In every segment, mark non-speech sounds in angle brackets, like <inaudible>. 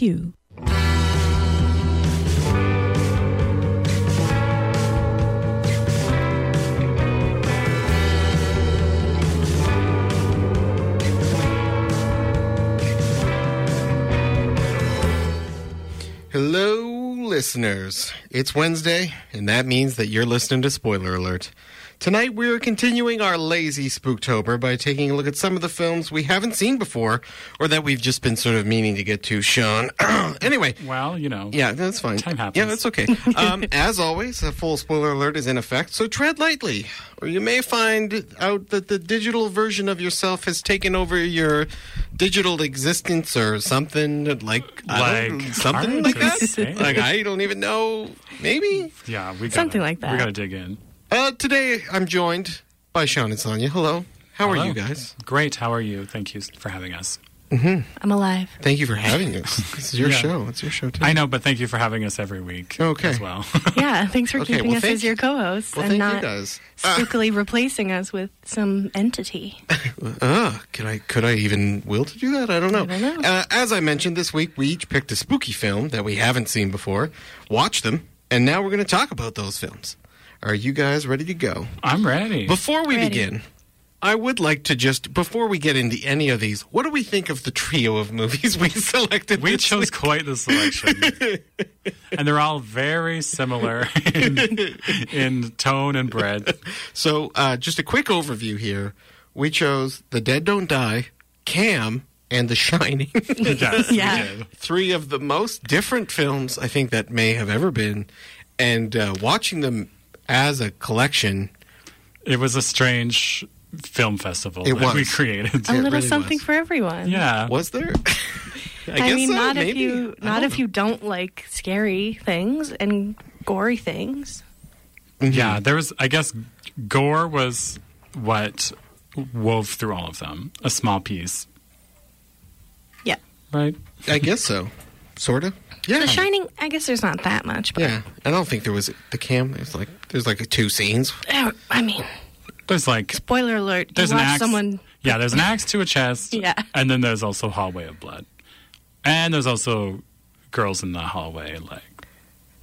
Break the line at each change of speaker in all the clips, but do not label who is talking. Pew.
Hello, listeners. It's Wednesday, and that means that you're listening to Spoiler Alert. Tonight, we're continuing our lazy Spooktober by taking a look at some of the films we haven't seen before or that we've just been sort of meaning to get to, Sean. <clears throat> anyway,
Well, you know.
yeah, that's fine.
Time happens.
Yeah, that's
<laughs>
okay. Um, as always, a full spoiler alert is in effect, so tread lightly, or you may find out that the digital version of yourself has taken over your digital existence or something like I don't-
Like,
something
hard
like
to
that.
say.
Like I don't even know. Maybe.
Yeah, we gotta,
Something like that.
We got to dig in.
Uh, today I'm joined by Sean and Sonia. Hello. How
Hello.
are you guys?
Great. How are you? Thank you for having us.
I'm alive.
Thank you for having us. This is your
Yeah.
show. It's your show today.
I know, but thank you for having us every week.
Okay.
As well. <laughs>
Yeah, thanks for
Okay,
keeping
well,
us
thank
as your co-host
well,
and
thank you
not
guys. Ah.
spookily replacing us with some
<laughs>
entity.
Uh, can I? Could I even will to do that? I don't know.
I don't know.
Uh, as I mentioned this week, we each picked a spooky film that we haven't seen before, watched them, and now we're going to talk about those films. Are you guys ready to go?
I'm ready.
Before we
Ready.
begin, I would like to just before we get into any of these, what do we think of the trio of movies <laughs> we selected?
we
this
chose
week?
quite the selection.
<laughs>
and they're all very similar in, in tone and breadth.
<laughs> So, uh, just a quick overview here. We chose The Dead Don't Die, Cam, and The Shining. <laughs>
Yes,
Yeah.
we did.
three of the most different films I think that may have ever been, and uh, watching them as a collection.
It was a strange film festival
It
that we
was.
created.
<laughs> A
It
little
really
something
was.
for everyone.
yeah.
Was there? <laughs> I,
I,
guess
mean,
so,
not if
maybe.
you
I
not
don't
if you don't like scary things and gory things. Mm-hmm.
Yeah, there was. I guess gore was what wove through all of them. A small piece,
Yeah.
right?
know. I guess so, sort of. Yeah,
The Shining, I guess there's not that much, but
yeah. I don't think there was the cam. There's like there's like two scenes.
Uh, I mean,
There's like
spoiler alert,
there's
you
an
watch
axe.
someone
Yeah, there's an axe to a
<laughs>
chest.
Yeah.
and then there's also hallway of blood, and there's also girls in the hallway. Like,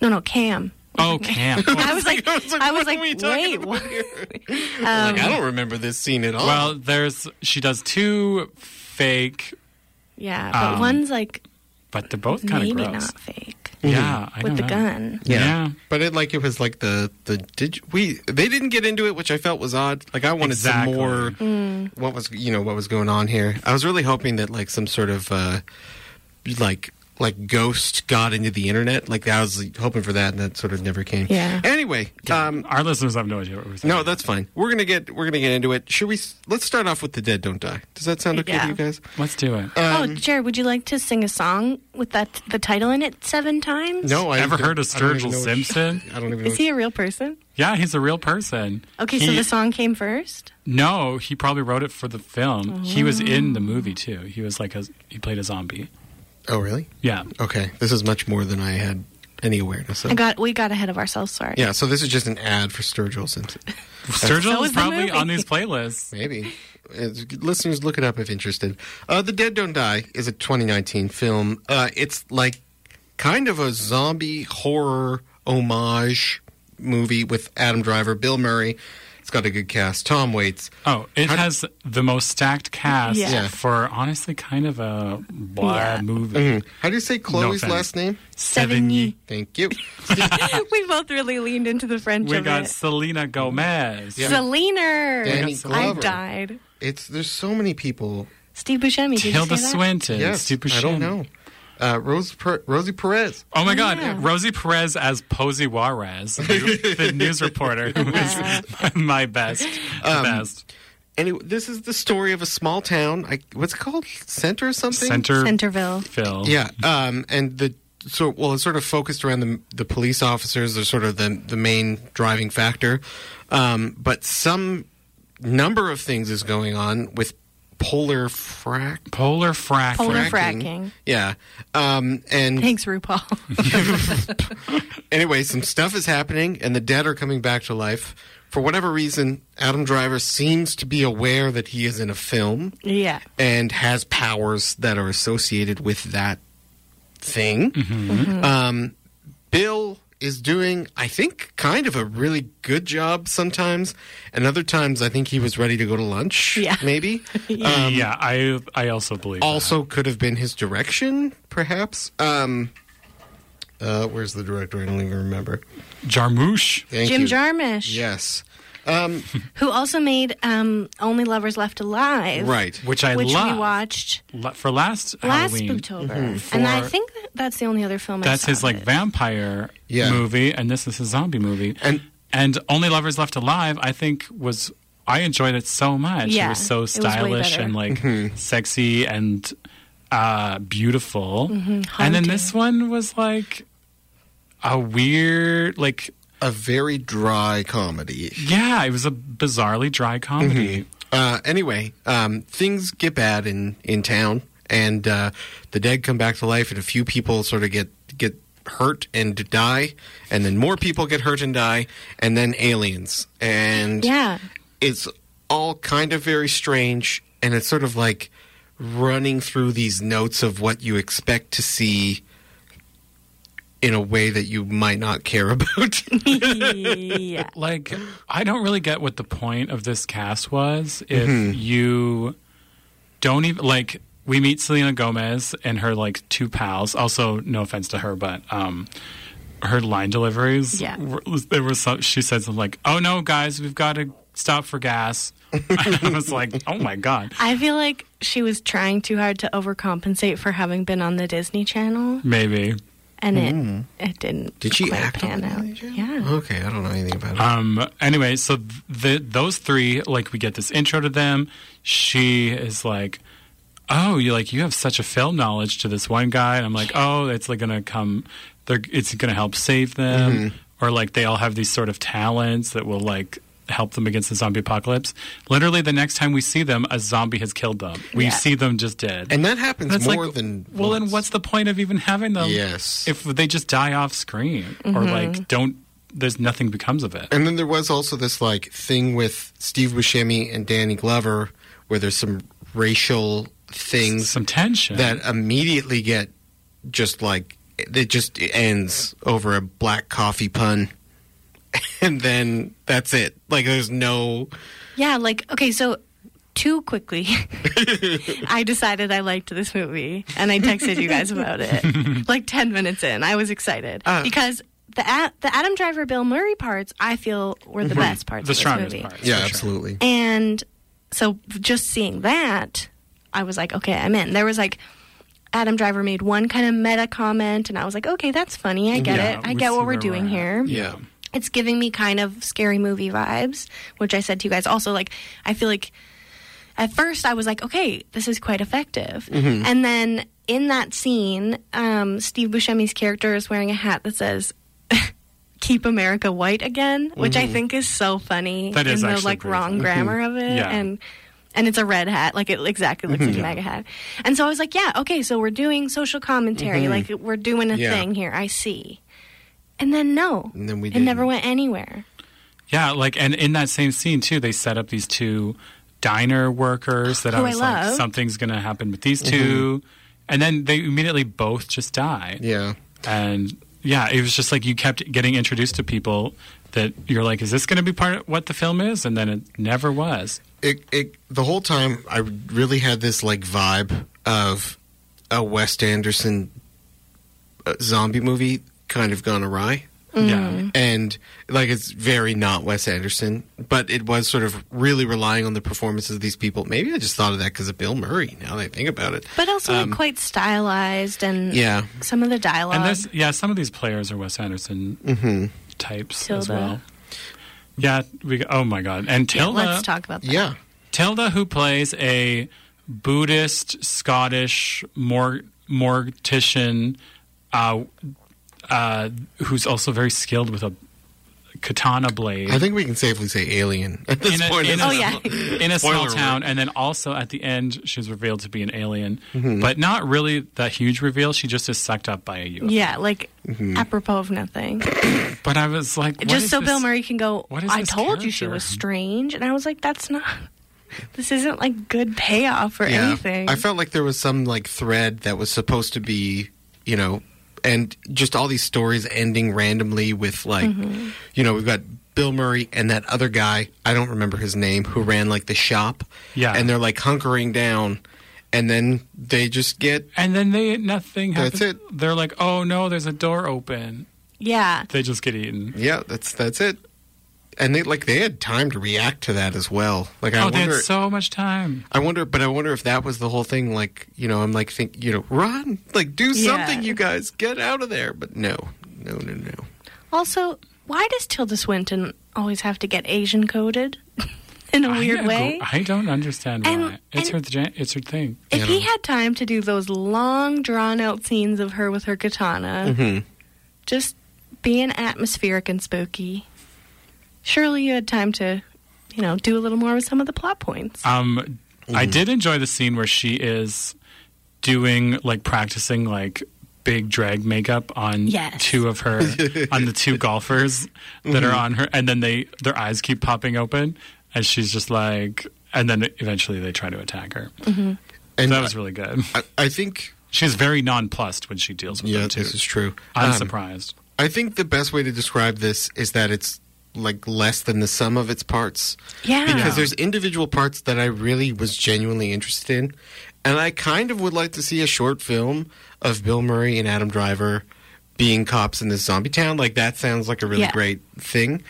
No, no,
<laughs>
Cam. <laughs>
oh, camp.
I was
<laughs>
like, I was like,
what are we talking
wait,
about
what?
here?
Um,
like I don't remember this scene at all.
well, there's she does two fake,
Yeah, but
Um,
one's like
but they're both kind of
maybe
gross.
not fake
Yeah, I
with the
don't know.
gun.
Yeah.
But it like it was like the the did we they didn't get into it, which I felt was odd. Like I wanted
Exactly. Mm.
some more. What was you know what was going on here? I was really hoping that like some sort of uh like like ghost got into the internet. Like I was like, hoping for that, and that sort of never came.
Yeah.
Anyway, um,
Our listeners have no idea what we're saying.
no, that's fine. We're gonna get we're gonna get into it. Should we? s- Let's start off with the dead don't die. Does that sound okay
Yeah.
to you guys?
Let's do it.
oh,
Um,
Jared, would you like to sing a song with that the title in it seven times?
No, I
Ever
don't-
heard of
I don't even
Sturgill
know what-
Simpson?
I don't even. know
Is he a real person?
Yeah, he's a real person.
Okay, so
He-
the song came first.
No, he probably wrote it for the film. He
Oh.
was in the movie too. He was like a he played a zombie.
what- Oh, really?
Yeah.
Okay, this is much more than I had any awareness of.
I got we got ahead of ourselves. Sorry.
Yeah, so this is just an ad for Sturgill Simpson.
Sturgill
So
is
is the
probably
movie.
on these playlists.
Maybe. Uh, listeners, look it up if interested. Uh, the Dead Don't Die is a 2019 film. Uh, it's like kind of a zombie horror homage movie with Adam Driver, Bill Murray. It's got a good cast. Tom Waits.
Oh, it
How d-
has the most stacked cast
Yeah.
Yeah.
for honestly kind of a blah
Yeah.
movie.
How do you say Chloe's
offense.
last name?
Sevigny.
Thank
<laughs>
you.
<laughs> we both really leaned into the French
We
of
got
it.
Selena Gomez.
Selena.
Danny
I
Glover.
died.
It's there's so many people.
Steve Buscemi. Did
Tilda
you say that?
Swinton.
Yes,
Steve
I don't
Buscemi.
know. Uh, Rose per- Rosie Perez.
Oh my God,
Yeah.
Rosie Perez as Posy Juarez, the, the news reporter who was my, <laughs> my best, the
Um,
best
Anyway, this is the story of a small town. I, what's it called? Center or something?
center
Centerville.
Phil.
Yeah, um, and the so well, it's sort of focused around the the police officers. They're sort of the the main driving factor, um, but some number of things is going on with polar frac.
Polar frack.
Polar
frack.
fracking.
Yeah, um, and
Thanks, RuPaul. <laughs>
anyway, some stuff is happening, and the dead are coming back to life. For whatever reason, Adam Driver seems to be aware that he is in a film
yeah.
and has powers that are associated with that thing. Um, Bill is doing, I think, kind of a really good job sometimes, and other times I think he was ready to go to lunch.
Yeah.
maybe.
yeah, I I also believe.
also could have been his direction, perhaps. Um, uh, where's the director? I don't even remember.
that. Jarmusch.
Thank
Jim
you.
Jarmusch,
Yes,
who also made um, Only Lovers Left Alive,
right.
which I
which
love
we watched
La- for last
last
Halloween.
Spooktober,
Mm-hmm.
and I
For-
think that that's the only other film. I
That's
saw
his like
of it.
vampire
Yeah.
movie, and this is his zombie movie.
And-
and Only Lovers Left Alive, I think was I enjoyed it so much.
Yeah,
it was so
it was way
stylish
better.
and like
Mm-hmm.
sexy and uh, beautiful.
Mm-hmm,
And then
Haunting.
this one was like a weird, like
A very dry comedy.
yeah, it was a bizarrely dry comedy.
Uh, anyway, um, things get bad in, in town, and uh, the dead come back to life, and a few people sort of get get hurt and die, and then more people get hurt and die, and then aliens, and
Yeah,
it's all kind of very strange, and it's sort of like running through these notes of what you expect to see in a way that you might not
<laughs>
care <laughs> about.
yeah,
like I don't really get what the point of this cast was if you don't even like we meet Selena Gomez and her like two pals. Also, no offense to her, but um her line deliveries
Yeah.
were, there was some, she said something like, "Oh no, guys, we've got to stop for gas." <laughs> I was like, "Oh my god."
I feel like she was trying too hard to overcompensate for having been on the Disney Channel,
Maybe.
and it it didn't.
Hmm. Did she
quite
act on
pan
the
out.
Disney Channel?
Yeah.
okay, I don't know anything about it.
Um, anyway, so th- the, those three, like, we get this intro to them. She is like, "Oh, you like you have such a film knowledge to this one guy," and I'm like, "Oh, it's like gonna come. They're, it's gonna help save them."
Mm-hmm.
Or like they all have these sort of talents that will like help them against the zombie apocalypse. Literally, the next time we see them, a zombie has killed them. We
Yeah.
see them just dead.
and that happens
That's
more
like,
than
well,
once.
and what's the point of even having them?
Yes.
if they just die off screen or like don't. There's nothing becomes of it.
And then there was also this like thing with Steve Buscemi and Danny Glover, where there's some racial things
some tension.
that immediately get just like it just ends over a black coffee pun, <laughs> and then that's it. Like there's no
Yeah, like okay, so too
<laughs>
quickly, I decided I liked this movie, and I texted you guys about
<laughs>
it. like ten minutes in, I was excited
Uh.
because the a- the Adam Driver Bill Murray parts I feel were
Mm-hmm.
the best parts
the
of this
strongest
movie.
part.
absolutely.
And so just seeing that, I was like, okay, I'm in. There was like Adam Driver made one kind of meta comment, and I was like, okay, that's funny. I get
Yeah,
it. I
we
get
see
what we're
where
doing
at.
here.
Yeah.
It's giving me kind of scary movie vibes, which I said to you guys also. Like, I feel like at first I was like, okay, this is quite effective.
Mm-hmm.
And then in that scene, um, Steve Buscemi's character is wearing a hat that says, <laughs> Keep America White Again, which I think is so funny.
Mm-hmm. That is
in the
actually
like
pretty
wrong
funny. Mm-hmm.
grammar of it.
Yeah. Mm-hmm.
And and it's a red hat. Like it exactly looks like a MAGA hat. And so I was like, yeah, okay, so we're doing social commentary.
Mm-hmm.
Like we're doing a
Yeah.
thing here. I see. And then no.
Mm-hmm.
And then we
it never
didn't.
went anywhere.
Yeah, like and in that same scene too, they set up these two diner workers that I
Who I
was
love.
like, something's gonna happen with these
Mm-hmm.
2 and then they immediately both just die.
Yeah.
And yeah, it was just like you kept getting introduced to people that you're like, is this gonna be part of what the film is? And then it never was.
it, it the whole time I really had this like vibe of a Wes Anderson uh, zombie movie kind of gone awry.
Mm-hmm.
Yeah,
And like it's very not Wes Anderson, but it was sort of really relying on the performances of these people. Maybe I just thought of that because of Bill Murray. Now that I think about it,
But also like quite stylized and
yeah,
some of the dialogue.
Um, and this yeah, some of these players are Wes Anderson
Mm-hmm.
types as
Tilda.
well. Yeah, we oh my god, and
Yeah,
Tilda.
let's talk about that.
yeah,
Tilda, who plays a Buddhist Scottish mor- mortician, uh, uh, who's also very skilled with a katana blade.
I think we can safely say Alien at this
in a,
point.
in a-
Oh, yeah.
<laughs>
in a small
Spoiler
town, and then also at the end, she's revealed to be an alien,
Mm-hmm.
but not really that huge reveal. She just is sucked up by a UFO.
Yeah, like apropos of nothing.
But I was like, what
Just
Mm-hmm. is
so Bill
this?
Murray can go,
what is
I
this
told you she
character?"
was strange. And I was like, that's not, this isn't like good payoff or
Yeah.
anything.
I felt like there was some like thread that was supposed to be you know, and just all these stories ending randomly with like, you know, we've got Bill Murray and that other guy, I don't remember his name, who ran like the shop.
Yeah.
And they're like hunkering down and then they just get
And then they nothing happens.
That's it.
They're like, oh no, there's a door open.
Yeah.
They just get eaten.
yeah, that's that's it. And they like they had time to react to that as well. Like I
oh, they
wonder
had so much time.
I wonder, but I wonder if that was the whole thing. Like, you know, I'm like, think, you know, run, like, do
Yeah.
something, you guys, get out of there. But no, no, no, no.
Also, why does Tilda Swinton always have to get Asian coded <laughs> in a
I,
weird
agree-
way?
I don't understand why.
And-
it's
and-
her jan- it's her thing.
if he had time to do those long, drawn out scenes of her with her katana,
Mm-hmm.
just being atmospheric and spooky, surely you had time to, you know, do a little more with some of the plot points.
Um, I
Mm-hmm.
did enjoy the scene where she is doing like practicing like big drag makeup on
Yes.
two of her on the two golfers that are
Mm-hmm.
on her, and then they their eyes keep popping open, and she's just like, and then eventually they try to attack her.
And
That was really good.
I, I think,
She's very nonplussed when she deals with
yeah,
them too.
this is true.
I'm
Um,
surprised.
I think the best way to describe this is that it's like less than the sum of its parts.
yeah.
Because there's individual parts that I really was genuinely interested in. And I kind of would like to see a short film of Bill Murray and Adam Driver being cops in this zombie town. Like, that sounds like a really
Yeah.
great thing.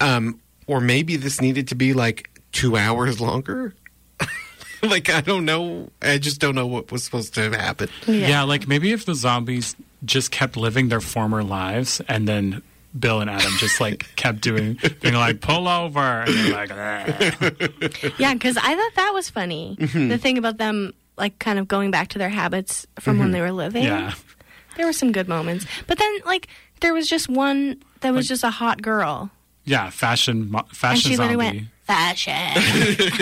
Um, or maybe this needed to be like two hours longer. <laughs> like, I don't know. I just don't know what was supposed to have happened.
Yeah. like maybe if the zombies just kept living their former lives and then Bill and Adam just like
<laughs>
kept doing being like pull over and they're like "Ah."
Yeah, because I thought that was funny.
Mm-hmm.
The thing about them, like, kind of going back to their habits from when they were living.
Mm-hmm. yeah.
There were some good moments. But then, like, there was just one that was just a hot girl.
Yeah, fashion mo-
And
fashion
she
zombie.
literally went, fashion. <laughs>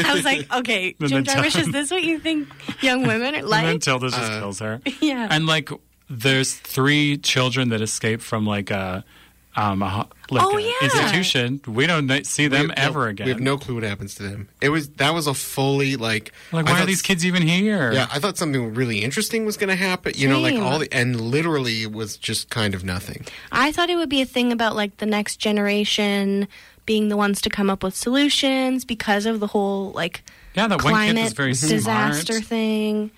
I was
<laughs>
like, okay,
Then
Jim
they
Jarmusch,
tell-
is this what you think young women are
<laughs> and then
like?
Tilda just
Uh.
kills her.
<laughs> yeah.
And like there's three children that escape from like a um a, ho- like
Oh,
a
yeah.
institution. We don't kn- see them
We have no-
ever again.
We have no clue what happens to them. It was that was a fully like
like
I
why are
thought-
these kids even here?
Yeah, I thought something really interesting was going to happen. You know, like
Same.
all the and literally it was just kind of nothing.
I thought it would be a thing about, like, the next generation being the ones to come up with solutions because of the whole, like,
Yeah, that one kid
climate
is very
disaster
smart.
thing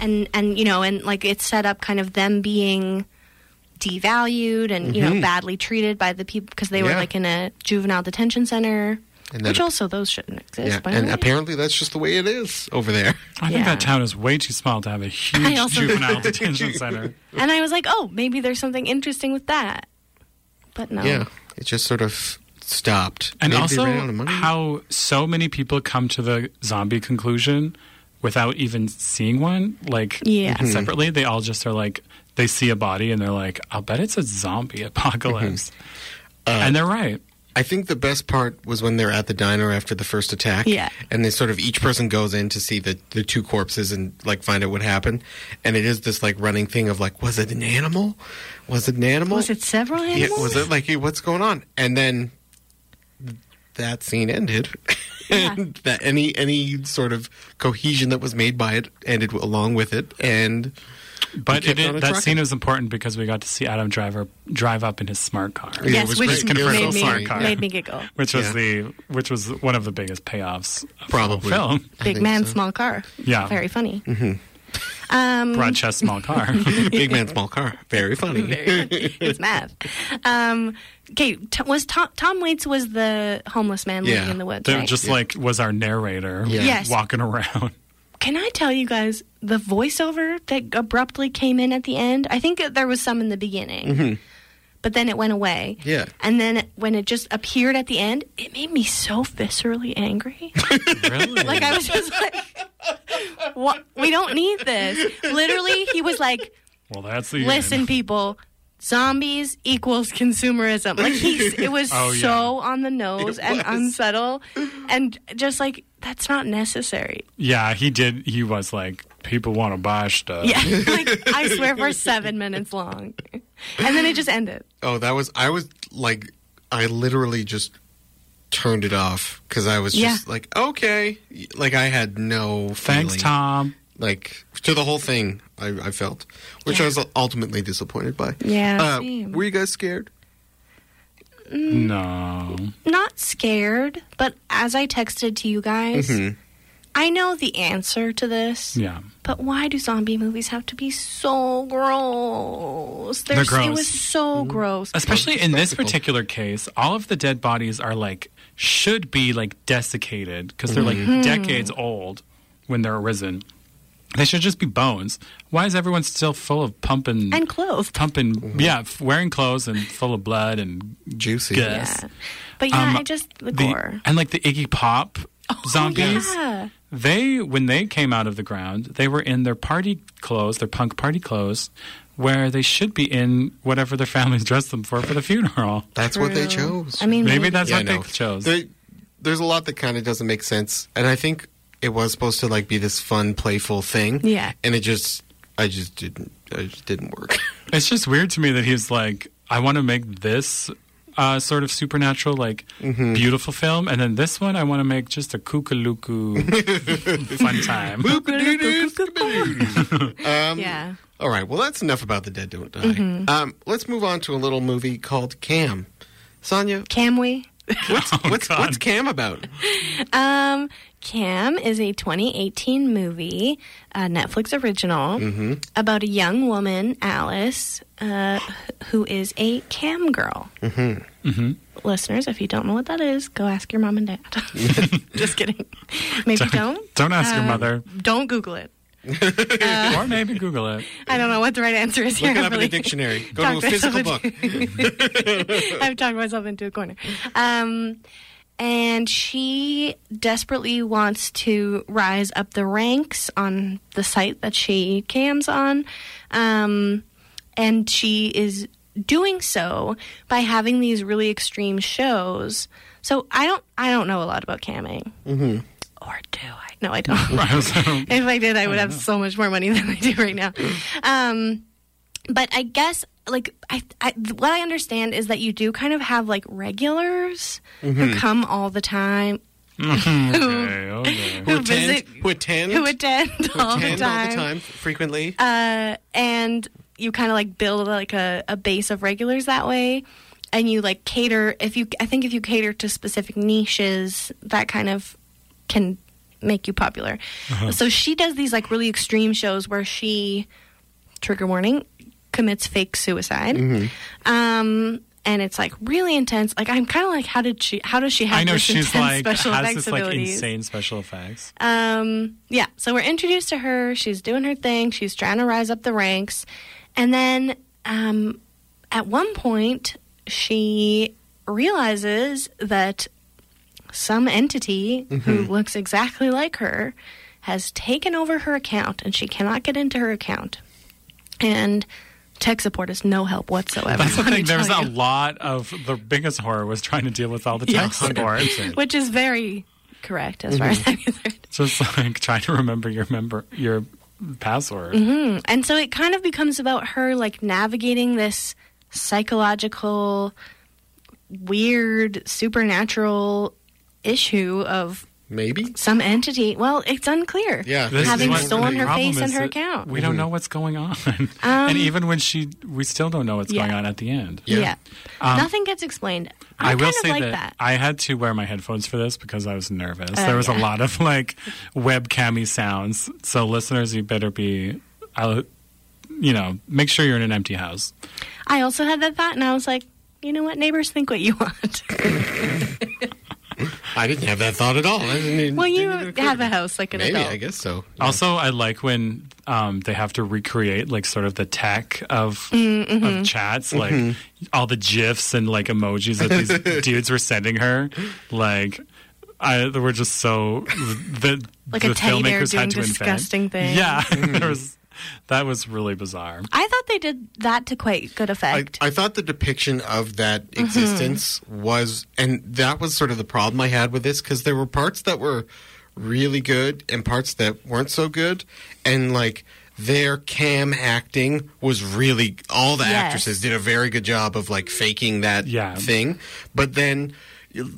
and and you know and like it's set up kind of them being devalued and you know badly treated by the people because they were
Mm-hmm. Yeah.
like in a juvenile detention center
And then-
which also those shouldn't exist
Yeah,
by the
and
way.
apparently that's just the way it is over there.
I think
Yeah.
that town is way too small
<laughs>
to have a
I
huge
also-
juvenile detention center.
and i was like oh maybe there's something interesting with that but no
Yeah, it just sort of stopped.
And
Maybe they
also,
ran out of money.
how so many people come to the zombie conclusion without even seeing one, like
Yeah.
Hmm.
Mhm.
separately. They all just are like, they see a body and they're like, I'll bet it's a zombie <laughs> apocalypse.
Hmm. Uh,
and they're right.
I think the best part was when they're at the diner after the first attack.
Yeah.
And they sort of each person goes in to see the, the two corpses and like find out what happened. And it is this like running thing of like, was it an animal? Was it an animal?
was it several
Yeah,
animals
was it like hey, what's going on? And then that scene ended, <laughs> and that any any sort of cohesion that was made by it ended along with it. And
But
kept
it,
on
it, that
trucking.
scene was important because we got to see Adam Driver drive up in his smart car.
Yeah,
yes
it was
which
great.
made,
It was
me,
so funny.
Yeah.
made me giggle
Which was
Yeah.
the which was one of the biggest payoffs of the whole
Probably.
film.
I
big
think
man
so.
small car
Yeah.
very
<laughs>
funny <laughs> um
Broad chest, small car.
big man, small car, very
<laughs>
funny.
it's math. Um, okay, t- was Tom, Tom Waits was the homeless man living
Yeah,
in the woods?
They're
right?
just like was our narrator
Yeah.
Yes.
<laughs> walking around.
Can I tell you guys the voiceover that abruptly came in at the end? I think that there was some in the beginning, but then it went away.
<laughs> Mm-hmm. Yeah.
and then it- when it just appeared at the end, it made me so viscerally angry.
Really?
Like I was just like, <laughs> "What? We don't need this." Literally, he was like.
<laughs> well, that's the
listen
end.
people zombies equals consumerism like he's it was
<laughs> Oh, yeah.
so on the nose
It
and
was.
unsubtle and just like that's not necessary <laughs>
Yeah, he did. He was like, people want to buy stuff.
yeah like i swear for seven minutes long and then it just ended
Oh, that was I was like, I literally just turned it off because I was just
Yeah.
like, okay, like I had no
Thanks,
feeling.
Tom.
Like to the whole thing, I, I felt, which I
Yeah.
was ultimately disappointed by.
Yeah,
Uh,
same.
were you guys scared?
Mm.
No.
Not scared, but as I texted to you guys, I know the answer to this.
Mm-hmm. Yeah.
But why do zombie movies have to be so gross?
They're
There's- It
gross. Mm-hmm.
was so gross.
Especially in this
Spectacle.
particular case, all of the dead bodies are like should be like desiccated because they're
Mm-hmm. Hmm.
like decades old when they're arisen. They should just be bones. Why is everyone still full of pumping
and Mm. clothed.
pumping? Yeah, f- wearing clothes and full of blood and
Juicy.
gas.
Yeah. But yeah,
Um,
I just the,
The-
gore. Oh,
and like the Iggy Pop zombies.
Yeah.
They, when they came out of the ground, they were in their party clothes, their punk party clothes, where they should be in whatever their families <laughs> dressed them for for the funeral.
That's what they
True.
chose.
I mean,
Maybe
maybe,
that's
Yeah,
what
I
they
know.
chose.
There- there's a lot that kind of doesn't make sense, and I think it was supposed to like be this fun, playful thing.
Yeah.
and it just, I just didn't, I just didn't work. <laughs>
It's just weird to me that he's like, I want to make this uh, sort of supernatural, like beautiful film, and then this one I want to make just a kookalooku fun time.
yeah.
All right, well, that's enough about the dead don't die.
Mm-hmm.
Um, let's move on to a little movie called Cam. <laughs> Sonia,
Can we?
what's what's,
God.
what's Cam about?
<laughs> Um, Cam is a 2018 movie, a Netflix original,
Mm-hmm.
about a young woman, Alice, uh, who is a cam girl. Mm-hmm. Mm-hmm. Listeners, if you don't know what that is, go ask your mom and
<laughs>
dad. <laughs> Just kidding. Maybe don't.
Don't ask your
Uh,
mother,
Don't Google it.
<laughs> or maybe Google
<laughs>
it.
I don't know what the right answer is
Look
here.
it up in
really. <laughs>
a dictionary. Go
talked
to a physical
myself <laughs>
book.
I've talked myself into a corner. Um, and she desperately wants to rise up the ranks on the site that she cams on. Um, and she is doing so by having these really extreme shows. So I don't, I don't know a lot about camming, mm-hmm. or do I? No, I don't.
I was- I
<laughs> If I did, I would have so much more money <laughs> than I do right now. Um, but I guess like I, I what I understand is that you do kind of have like regulars
Mm-hmm.
who come all the time,
don't- okay, okay.
Who
visit-
attend? Who attend?
who attend, all, the
attend
time,
all the time, frequently.
Uh, and you kind of like build like a, a base of regulars that way. And you like cater if you I think if you cater to specific niches, that kind of can make you popular.
Uh-huh.
So she does these like really extreme shows where she trigger warning commits fake suicide
Mm-hmm.
um and it's like really intense like i'm kind of like how did she how does she have
I know
this
she's
intense
like
special
has
effects
this like
abilities
insane special effects.
um yeah so we're introduced to her she's doing her thing she's trying to rise up the ranks and then um at one point she realizes that some entity who looks exactly like her has taken over her account and she cannot get into her account and tech support is no help whatsoever
That's the
let me
thing. There's
tell
a
you.
lot of the biggest horror was trying to deal with all the tech
Yes.
support.
which is very correct as far as i'm concerned
Just like trying to remember your member your password.
Mm-hmm. and so it kind of becomes about her like navigating this psychological weird supernatural issue of
Maybe.
some entity well it's unclear
Yeah.
This is
having
what the
stolen her
problem
face and
is
her
that
account. Um,
We don't know what's going on. <laughs> and even when she we still don't know what's
Yeah.
going on at the end.
Yeah.
yeah, nothing gets explained i,
Um, I, will
kind
say
of like
that,
that,
I had to wear my headphones for this because I was nervous.
Oh,
there was a
yeah.
lot of like webcammy sounds. So listeners, you better be out you know, make sure you're in an empty house.
I also had that thought and i was like you know what neighbors think what you <laughs>
<laughs>
want
I didn't have that thought at all. I didn't even,
well you
didn't even occur
have
to
a
me.
house like an
Maybe,
adult
I guess so.
Also, I like when um, they have to recreate like sort of the tech of
Mm, mm-hmm.
of chats, like
Mm-hmm.
all the gifs and like emojis that
<laughs>
these dudes were sending her. Like, I they were just so the
Like
the
a teddy bear
filmmakers
doing
had to invent.
disgusting things.
Yeah, <laughs>
Mm-hmm.
there was, that was really bizarre.
i thought they did that to quite good
I,
effect
I thought the depiction of that existence was, and that was sort of the problem I had with this because there were parts that were really good and parts that weren't so good, and like their cam acting was really all the
Yes.
actresses did a very good job of like faking that
Yeah.
thing, but then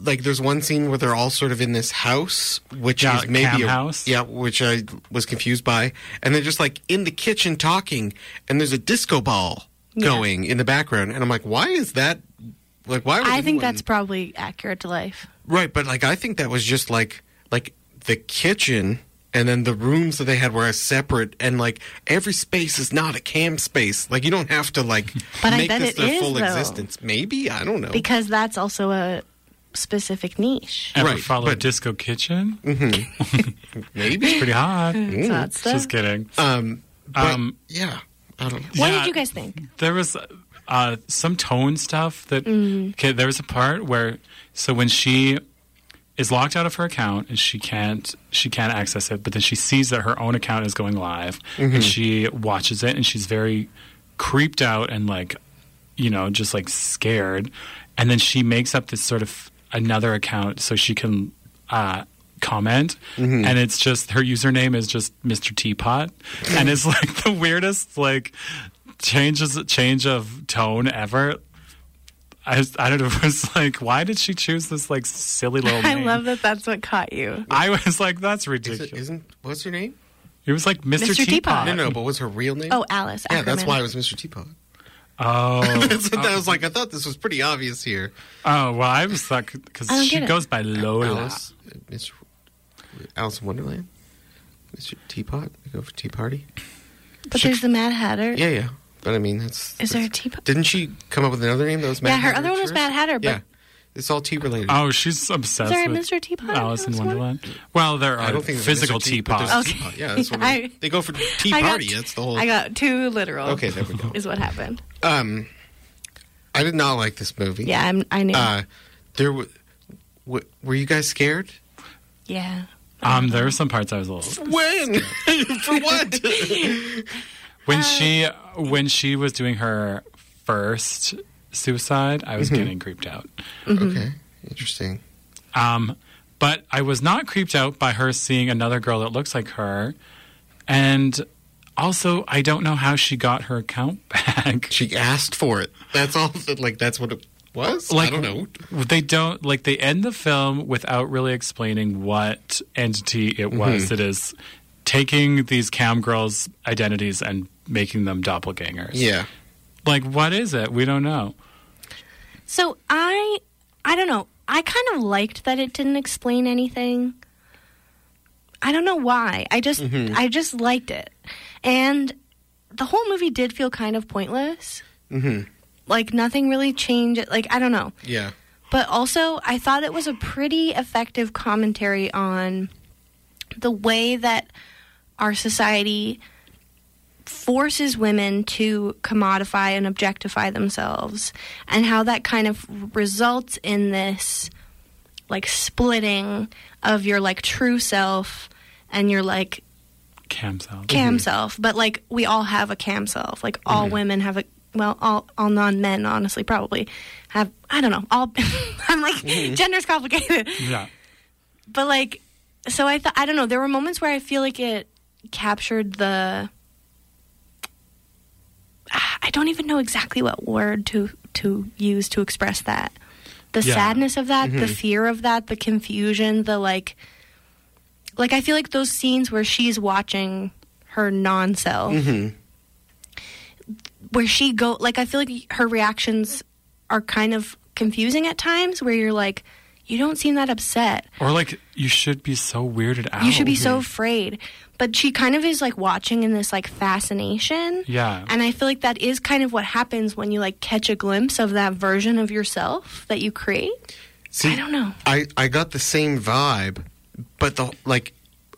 like there's one scene where they're all sort of in this house, which
Yeah,
is maybe
cam
a,
house.
yeah, which I was confused by, and they're just like in the kitchen talking, and there's a disco ball going in the background, and I'm like, why is that? Like, why? Would
I think
anyone-
that's probably accurate to life.
Right, but like I think that was just like like the kitchen and then the rooms that they had were separate and like every space is not a cam space. Like you don't have to like
<laughs> But I
make
bet
this
it
their
is,
full
though.
existence. Maybe, I don't know.
Because that's also a specific niche.
Ever
Right,
follow
but- Mm-hmm. <laughs>
Disco Kitchen?
<laughs>
Maybe.
Pretty hot.
Mm.
It's not stuff.
Just kidding.
Um but,
Um,
yeah. I don't know.
What
Yeah.
did you guys think?
there was uh, some tone stuff that
Mm-hmm.
okay there was a part where so when she is locked out of her account and she can't she can't access it but then she sees that her own account is going live and she watches it and she's very creeped out and like you know just like scared and then she makes up this sort of another account so she can uh comment and it's just her username is just Mr. Teapot and it's like the weirdest like changes change of tone ever. I, was- I don't know. <laughs> It was like, why did she choose this like silly
Oh,
little
<laughs> I
name?
love that that's what caught you.
I was like, that's
Is
ridiculous.
it, isn't what's her name?
it was like Mr.
Mr. Teapot.
Teapot.
No, no, but what's her real name?
Oh, Alice.
yeah,
Ackerman.
that's why it was Mr. Teapot.
Oh,
<laughs> That's what I was like, I thought this was pretty obvious here.
oh. Well, I was like, because
I don't
she
get it.
goes by Lola.
Alice, uh, Mr. Alice in Wonderland, Mr. Teapot. We go for tea party.
But there's the Mad Hatter.
Yeah, yeah. But I mean, that's.
Is there a
that's-
teapot?
Didn't she come up with another name that was Mad
Yeah, her
Hatter
other
at
one was
first?
Mad Hatter, but-
yeah, it's all tea related.
Oh, she's obsessed
there a
with
Mr. Teapot in
Alice in
Alice in
Wonderland. Well, there are
I don't think there's a
physical
Mr. Tea, but
teapots.
there's a
Okay.
teapot. Yeah, that's what
<laughs>
we-
I-
they go for tea
I got-
party. that's the whole.
I got too literal.
okay, there we go.
Is what happened.
Um, I did not like this movie.
Yeah, I'm, I knew.
Uh, there w- w- were you guys scared?
yeah.
Um, there are some parts I was a little
Uh,
When? <laughs> for what?
when she when she was doing her first suicide. I was
Mm-hmm.
getting creeped out.
okay, interesting.
Um, but I was not creeped out by her seeing another girl that looks like her. And also, I don't know how she got her account <laughs> back.
She asked for it. That's all. <laughs> that- Like that's what it was. I don't know.
They don't like they end the film without really explaining what entity it was that is taking these cam girls' identities and making them doppelgangers.
Yeah.
Like what is it? We don't know.
So I, I don't know. I kind of liked that it didn't explain anything. I don't know why. I just, I just liked it, and the whole movie did feel kind of pointless. Mm-hmm. Like nothing really changed. Like I don't know.
Yeah.
But also, I thought it was a pretty effective commentary on the way that our society forces women to commodify and objectify themselves, and how that kind of results in this like splitting of your like true self and your like
Cam cells.
cam self. But like we all have a cam self. Like all women have a well, all all non men honestly probably have I don't know. All <laughs> I'm like <laughs> gender's complicated.
Yeah.
But like so I thought I don't know, there were moments where I feel like it captured the Ah, I don't even know exactly what word to to use to express that. The
Yeah.
sadness of that, the fear of that, the confusion, the like like I feel like those scenes where she's watching her non self, where she go like I feel like her reactions are kind of confusing at times, where you're like, you don't seem that upset,
Or like you should be so weirded out.
you should be so afraid, but she kind of is like watching in this like fascination,
Yeah.
and I feel like that is kind of what happens when you like catch a glimpse of that version of yourself that you create. <laughs>
See,
I don't know.
I, I got the same vibe, but the like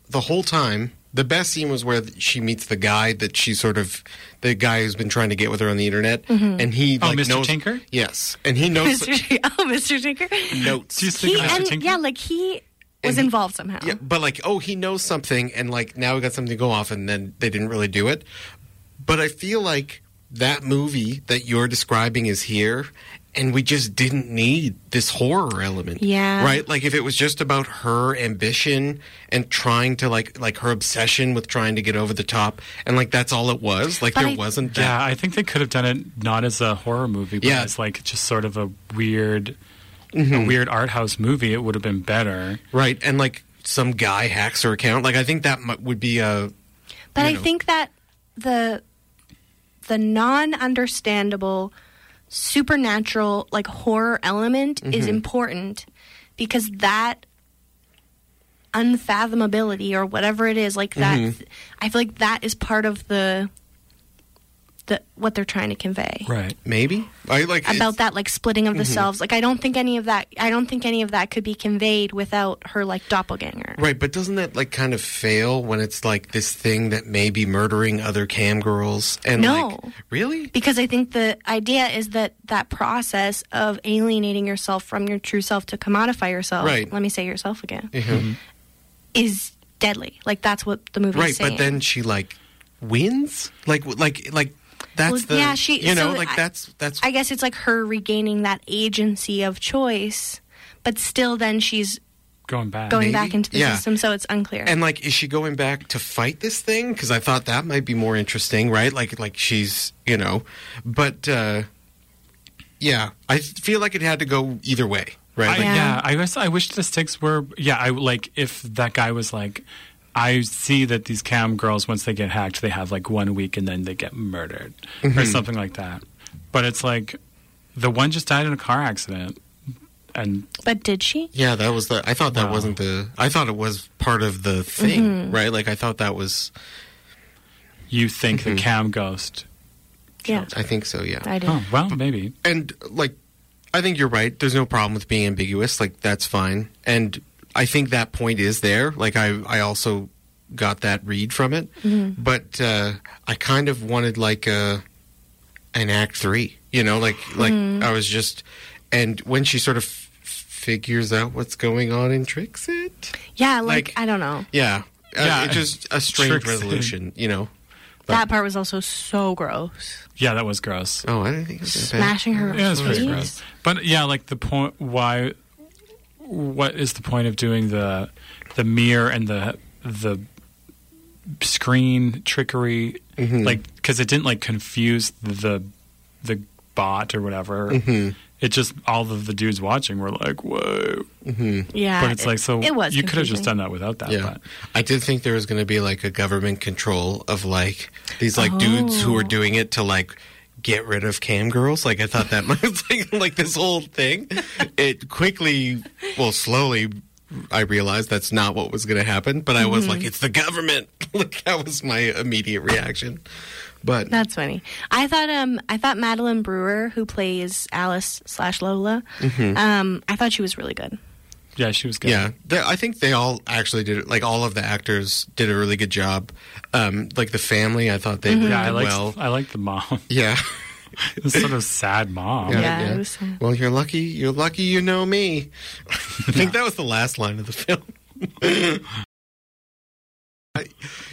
the whole time. The best scene was where she meets the guy that she sort of the guy who's been trying to get with her on the internet,
Mm-hmm.
and he
Oh,
like
Mr.
knows-
Tinker?
Yes, and
<laughs>
he knows
Mr. T- oh, Mr. Tinker.
notes.
Do you think
He
of Mr.
and
Tinker?
yeah, like he was
And he-
involved somehow.
Yeah, but like, oh, he knows something, and like now we got something to go off, and then they didn't really do it. But I feel like that movie that you're describing is here, and we just didn't need this horror element.
Yeah.
right. Like if it was just about her ambition and trying to like like her obsession with trying to get over the top, and like that's all it was. Like
But
there
I-
wasn't that.
Yeah, I think they could have done it not as a horror movie, but
Yeah.
as like just sort of a weird a weird art house movie, it would have been better.
right? And like some guy hacks her account. Like I think that mu- would be a
But
you
I
know.
think that the the non-understandable supernatural like horror element
Mm-hmm.
is important because that unfathomability or whatever it is like that
Mm-hmm.
I feel like that is part of the the what they're trying to convey.
Right.
maybe. I like it's-
About that, like splitting of the
Mm-hmm.
selves, like I don't think any of that. I don't think any of that could be conveyed without her, like doppelganger.
Right, but doesn't that like kind of fail when it's like this thing that may be murdering other cam girls and
No.
like really?
because I think the idea is that that process of alienating yourself from your true self to commodify yourself.
Right.
Let me say yourself again
Mhm.
Mm-hmm. is deadly. Like that's what the movie
Right,
is saying.
but then she like wins? Like w- like like that's
Well,
the
yeah, she-
you know,
so
like
I-
that's that's
I guess it's like her regaining that agency of choice, but still, then she's
Going back.
going
Maybe?
back into the
Yeah.
system, so it's unclear.
and like is she going back to fight this thing because i thought that might be more interesting right like like she's you know but uh yeah i feel like it had to go either way right
I,
Like,
Yeah.
yeah. I guess I wish the stakes were. Yeah, I like if that guy was like, I see that these cam girls once they get hacked, they have like one week and then they get murdered
Mm-hmm.
or something like that. But it's like the one just died in a car accident, and
but did she?
yeah that was the i thought that
Wow.
wasn't the i thought it was part of the thing right like i thought that was
you think
Mm-hmm.
the cam ghost.
Yeah,
i think so yeah
I did.
Oh well, maybe
and like i think you're right there's no problem with being ambiguous like that's fine and i think that point is there like i i also got that read from it but uh i kind of wanted like a an act 3 you know like like i was just and when she sort of f- figures out what's going on and tricks it
Yeah, like,
Like-
I don't know.
yeah,
Yeah.
Uh, it's just a strange
Tricks it.
resolution you know But-
That part was also so gross.
yeah, that was gross.
oh i didn't think it was that bad.
Smashing her.
Yeah, it was pretty
face.
gross. But yeah, like the point why what is the point of doing the the mirror and the the screen trickery
Mm-hmm.
like cuz it didn't like confuse the the bot or whatever.
Mm-hmm.
It just all of the dudes watching were like, "Whoa!"
Yeah,
But it's
it-
like, so
it was.
you could have
confusing.
just done that without that.
Yeah,
But
I did think there was going to be like a government control of like these like dudes who were doing it to like get rid of cam girls. Like I thought that <laughs> might like, like this whole thing. It quickly, well, slowly, I realized that's not what was going to happen. But I was like, it's the government. <laughs> like that was my immediate reaction. But
That's funny. I thought um I thought Madeline Brewer, who plays Alice slash Lola,
Mm-hmm.
um, I thought she was really good.
yeah, she was good.
Yeah, they, I think they all actually did. it. Like all of the actors did a really good job. Um, like the family, I thought
Mm-hmm.
they did
Yeah, I like
Mm-hmm. well.
I like the mom. <laughs>
Yeah. <laughs>
this sort of sad mom.
Yeah. it was sad.
Well, you're lucky. You're lucky. You know me. <laughs> I think that was the last line of the film. <laughs> I-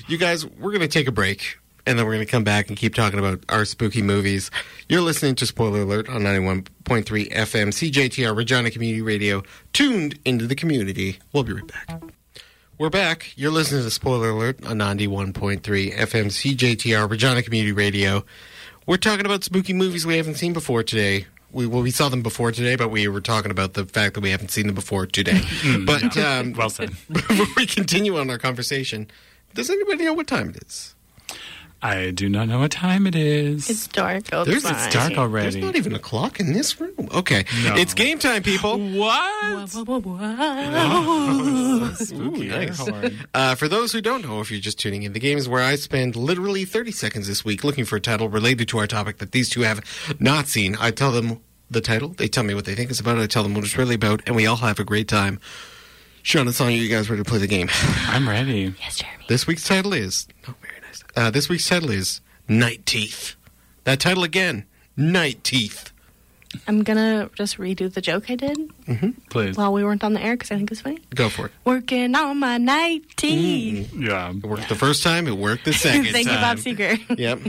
you guys, we're going to take a break, and then we're going to come back and keep talking about our spooky movies. You're listening to Spoiler Alert on 91.3 FM, CJTR, Regina Community Radio, tuned into the community. We'll be right back. We're back. You're listening to Spoiler Alert on 91.3 FM CJTR, Regina Community Radio. We're talking about spooky movies we haven't seen before today. We well, we saw them before today, but we were talking about the fact that we haven't seen them before <laughs> today. but um,
Well said.
<laughs> before we continue on our conversation, does anybody know what time it is?
I do not know what time it is.
It's dark. outside.
There's
It's dark
There's
already.
not even a clock in this room. Okay,
No.
it's game time, people.
What?
Whoa, whoa, whoa.
Spooky air
nice.
horn.
Uh, for those who don't know, if you're just tuning in, the game is where I spend literally 30 seconds this week looking for a title related to our topic that these two have not seen. I tell them the title, they tell me what they think it's about, I tell them what it's really about, and we all have a great time. Sean and Sonia, you guys ready to play the game? <laughs>
<laughs> I'm ready.
Yes, Jeremy.
This week's title is. Oh, very nice. Uh, this week's title is Night Teeth. That title again, Night Teeth.
I'm gonna just redo the joke I did
Please.
while we weren't on the air because I think it's funny.
Go for it.
Working on my night
Mm,
teeth.
yeah.
It worked the first time, it
<laughs>
worked the second
Thank you,
time.
Bob <laughs> Seger.
Yep.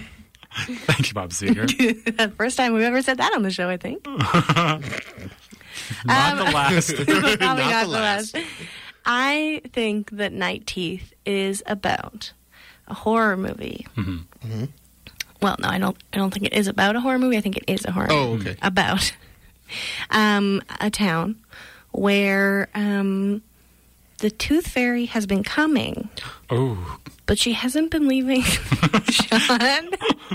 Thank you,
<laughs>
Bob Seger.
Um, First time we've ever said that on the show, I
<laughs>
think. Um,
Not the
<laughs>
last.
Probably not,
the
the
last.
last. I think that Night Teeth is about a horror movie. Mm-hmm. Well, no, I don't. I don't think it is about a horror movie. I think it is a horror.
Oh,
movie.
okay.
About um, a town where um, the tooth fairy has been coming,
Oh,
but she hasn't been leaving <laughs> Sean.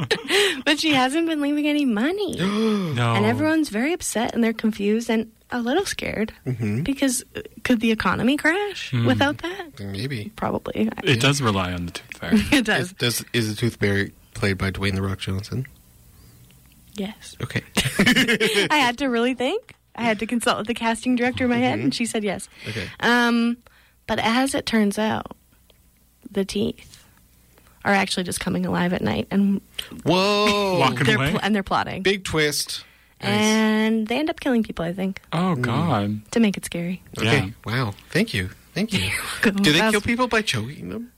<laughs> but she hasn't been leaving any <gasps> money.
no.
Oh.
And everyone's very upset and they're confused and a little scared
Mm-hmm.
because uh, could the economy crash
Hmm.
without that?
Maybe.
Probably. <laughs>
It does rely on the tooth fairy.
it
Is,
does.
does, is the Tooth Fairy played by Dwayne The Rock Johnson?
Yes.
Okay.
I had to really think. I had to consult with the casting director in my
Mm-hmm.
head and she said yes.
Okay.
Um, but as it turns out, the teeth are actually just coming alive at night and
Whoa.
Walking-
they're
away?
pl- and they're plotting.
Big twist. Nice.
And they end up killing people, I think,
Oh God.
to make it scary.
okay.
Yeah.
Wow. Thank you. Thank
<laughs>
you. Do they kill people by choking them?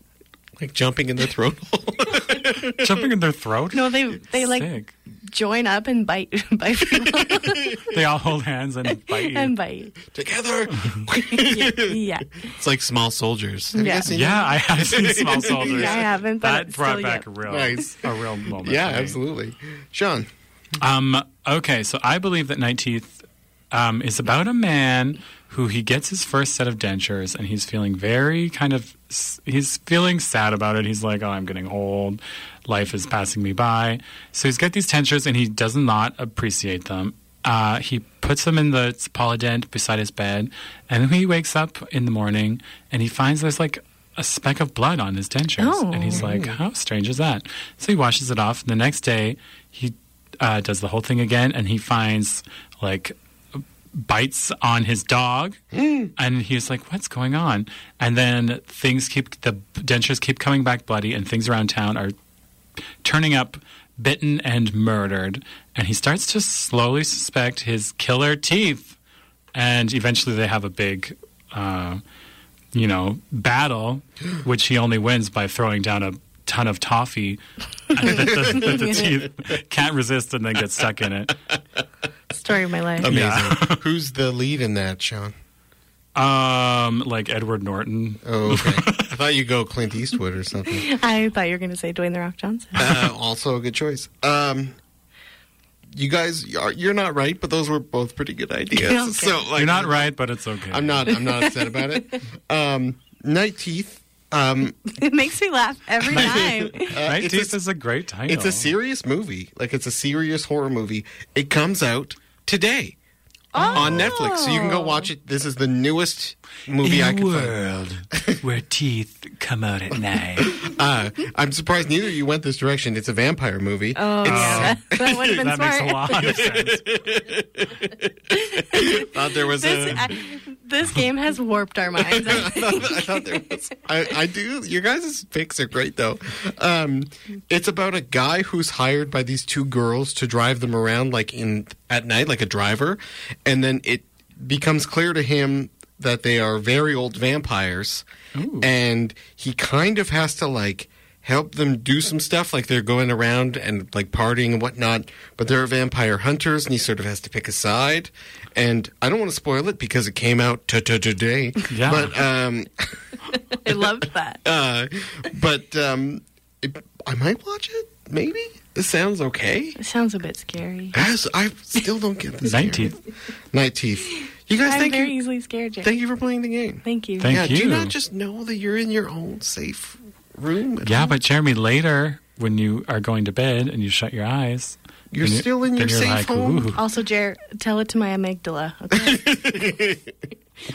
Like jumping in the throat <laughs> hole?
Jumping in their throat.
No, they they like
Sick.
join up and bite <laughs> bite people
<laughs>
They all hold hands
<laughs>
and bite you.
and bite.
<laughs>
Together.
Yeah,
It's like small soldiers. Have you
Yeah.
guys seen
yeah, I have seen small soldiers.
Yeah, I haven't, but
that
it's
brought
still
back
yet.
a real,
Nice.
a real moment.
that? Yeah,
for me.
absolutely. Sean.
Um, okay, so I believe that Night Teeth um, is about a man who he gets his first set of dentures and he's feeling very kind of s- he's feeling sad about it. He's like, "Oh, I'm getting old. Life is passing me by." So he's got these dentures and he does not appreciate them. Uh, he puts them in the polydent beside his bed, and then he wakes up in the morning and he finds there's like a speck of blood on his dentures,
Oh.
and he's like, "How strange is that?" So he washes it off. And the next day, he uh, does the whole thing again, and he finds like bites on his dog,
Hmm.
and he's like, "What's going on?" And then things keep the dentures keep coming back bloody, and things around town are turning up bitten and murdered, and he starts to slowly suspect his killer teeth, and eventually they have a big. Uh, you know,
<gasps>
battle, which he only wins by throwing down a ton
<laughs>
of toffee that the,
<laughs>
that <laughs> the teeth can't resist and then get stuck in it.
story of my life.
Amazing.
Yeah.
<laughs> Who's the lead in that, Sean?
Um, like Edward Norton.
Oh,
<laughs>
okay. I thought you'd go Clint Eastwood or something.
I thought you were going to say Dwayne the Rock Johnson. <laughs>
Uh, also a good choice. Um, you guys, are, you're not right, but those were both pretty good
<laughs>
ideas.
Okay.
So like,
You're not right, but it's okay.
I'm not. I'm not upset about it.
<laughs>
Um, Night Teeth. Um,
it makes me laugh every
<laughs>
time.
uh,
Night
it's,
Teeth
a,
is a great title.
it's a serious movie. Like it's a serious horror movie. It comes out today on Netflix, so you can go watch it. This is the newest movie I can find.
<laughs> where teeth come out at
<laughs>
night.
Uh, I'm surprised neither of you went this direction. It's a vampire movie.
Oh, yeah. that would have been
<laughs> that makes
smart.
a lot
<laughs>
of sense.
Thought there
<laughs>
was
This,
a-
I, this game has warped our minds. I <laughs> think.
I thought there was. I, I do. Your guys' picks are great, though. Um, it's about a guy who's hired by these two girls to drive them around, like in at night, like a driver, and then it becomes clear to him that they are very old vampires, and he kind of has to like help them do some stuff like they're going around and like partying and whatnot but they're vampire hunters and he sort of has to pick a side and i don't want to spoil it because it came out today
Yeah.
but um
I loved that.
uh but um it, i might watch it maybe it sounds okay
It sounds a bit scary.
Guys, i still don't get this
Night
here.
Teeth.
night teeth you guys
I'm
thank
very
you
easily scared, Jake.
thank you for playing the game
Thank you.
Thank
yeah do
you.
you not just know that you're in your own safe room at
Yeah,
home?
but Jeremy, later when you are going to bed and you shut your eyes,
you're
then
still in your
then you're
safe
like,
home <laughs>
Ooh.
Also, Jer, tell it to my amygdala. Okay?
<laughs>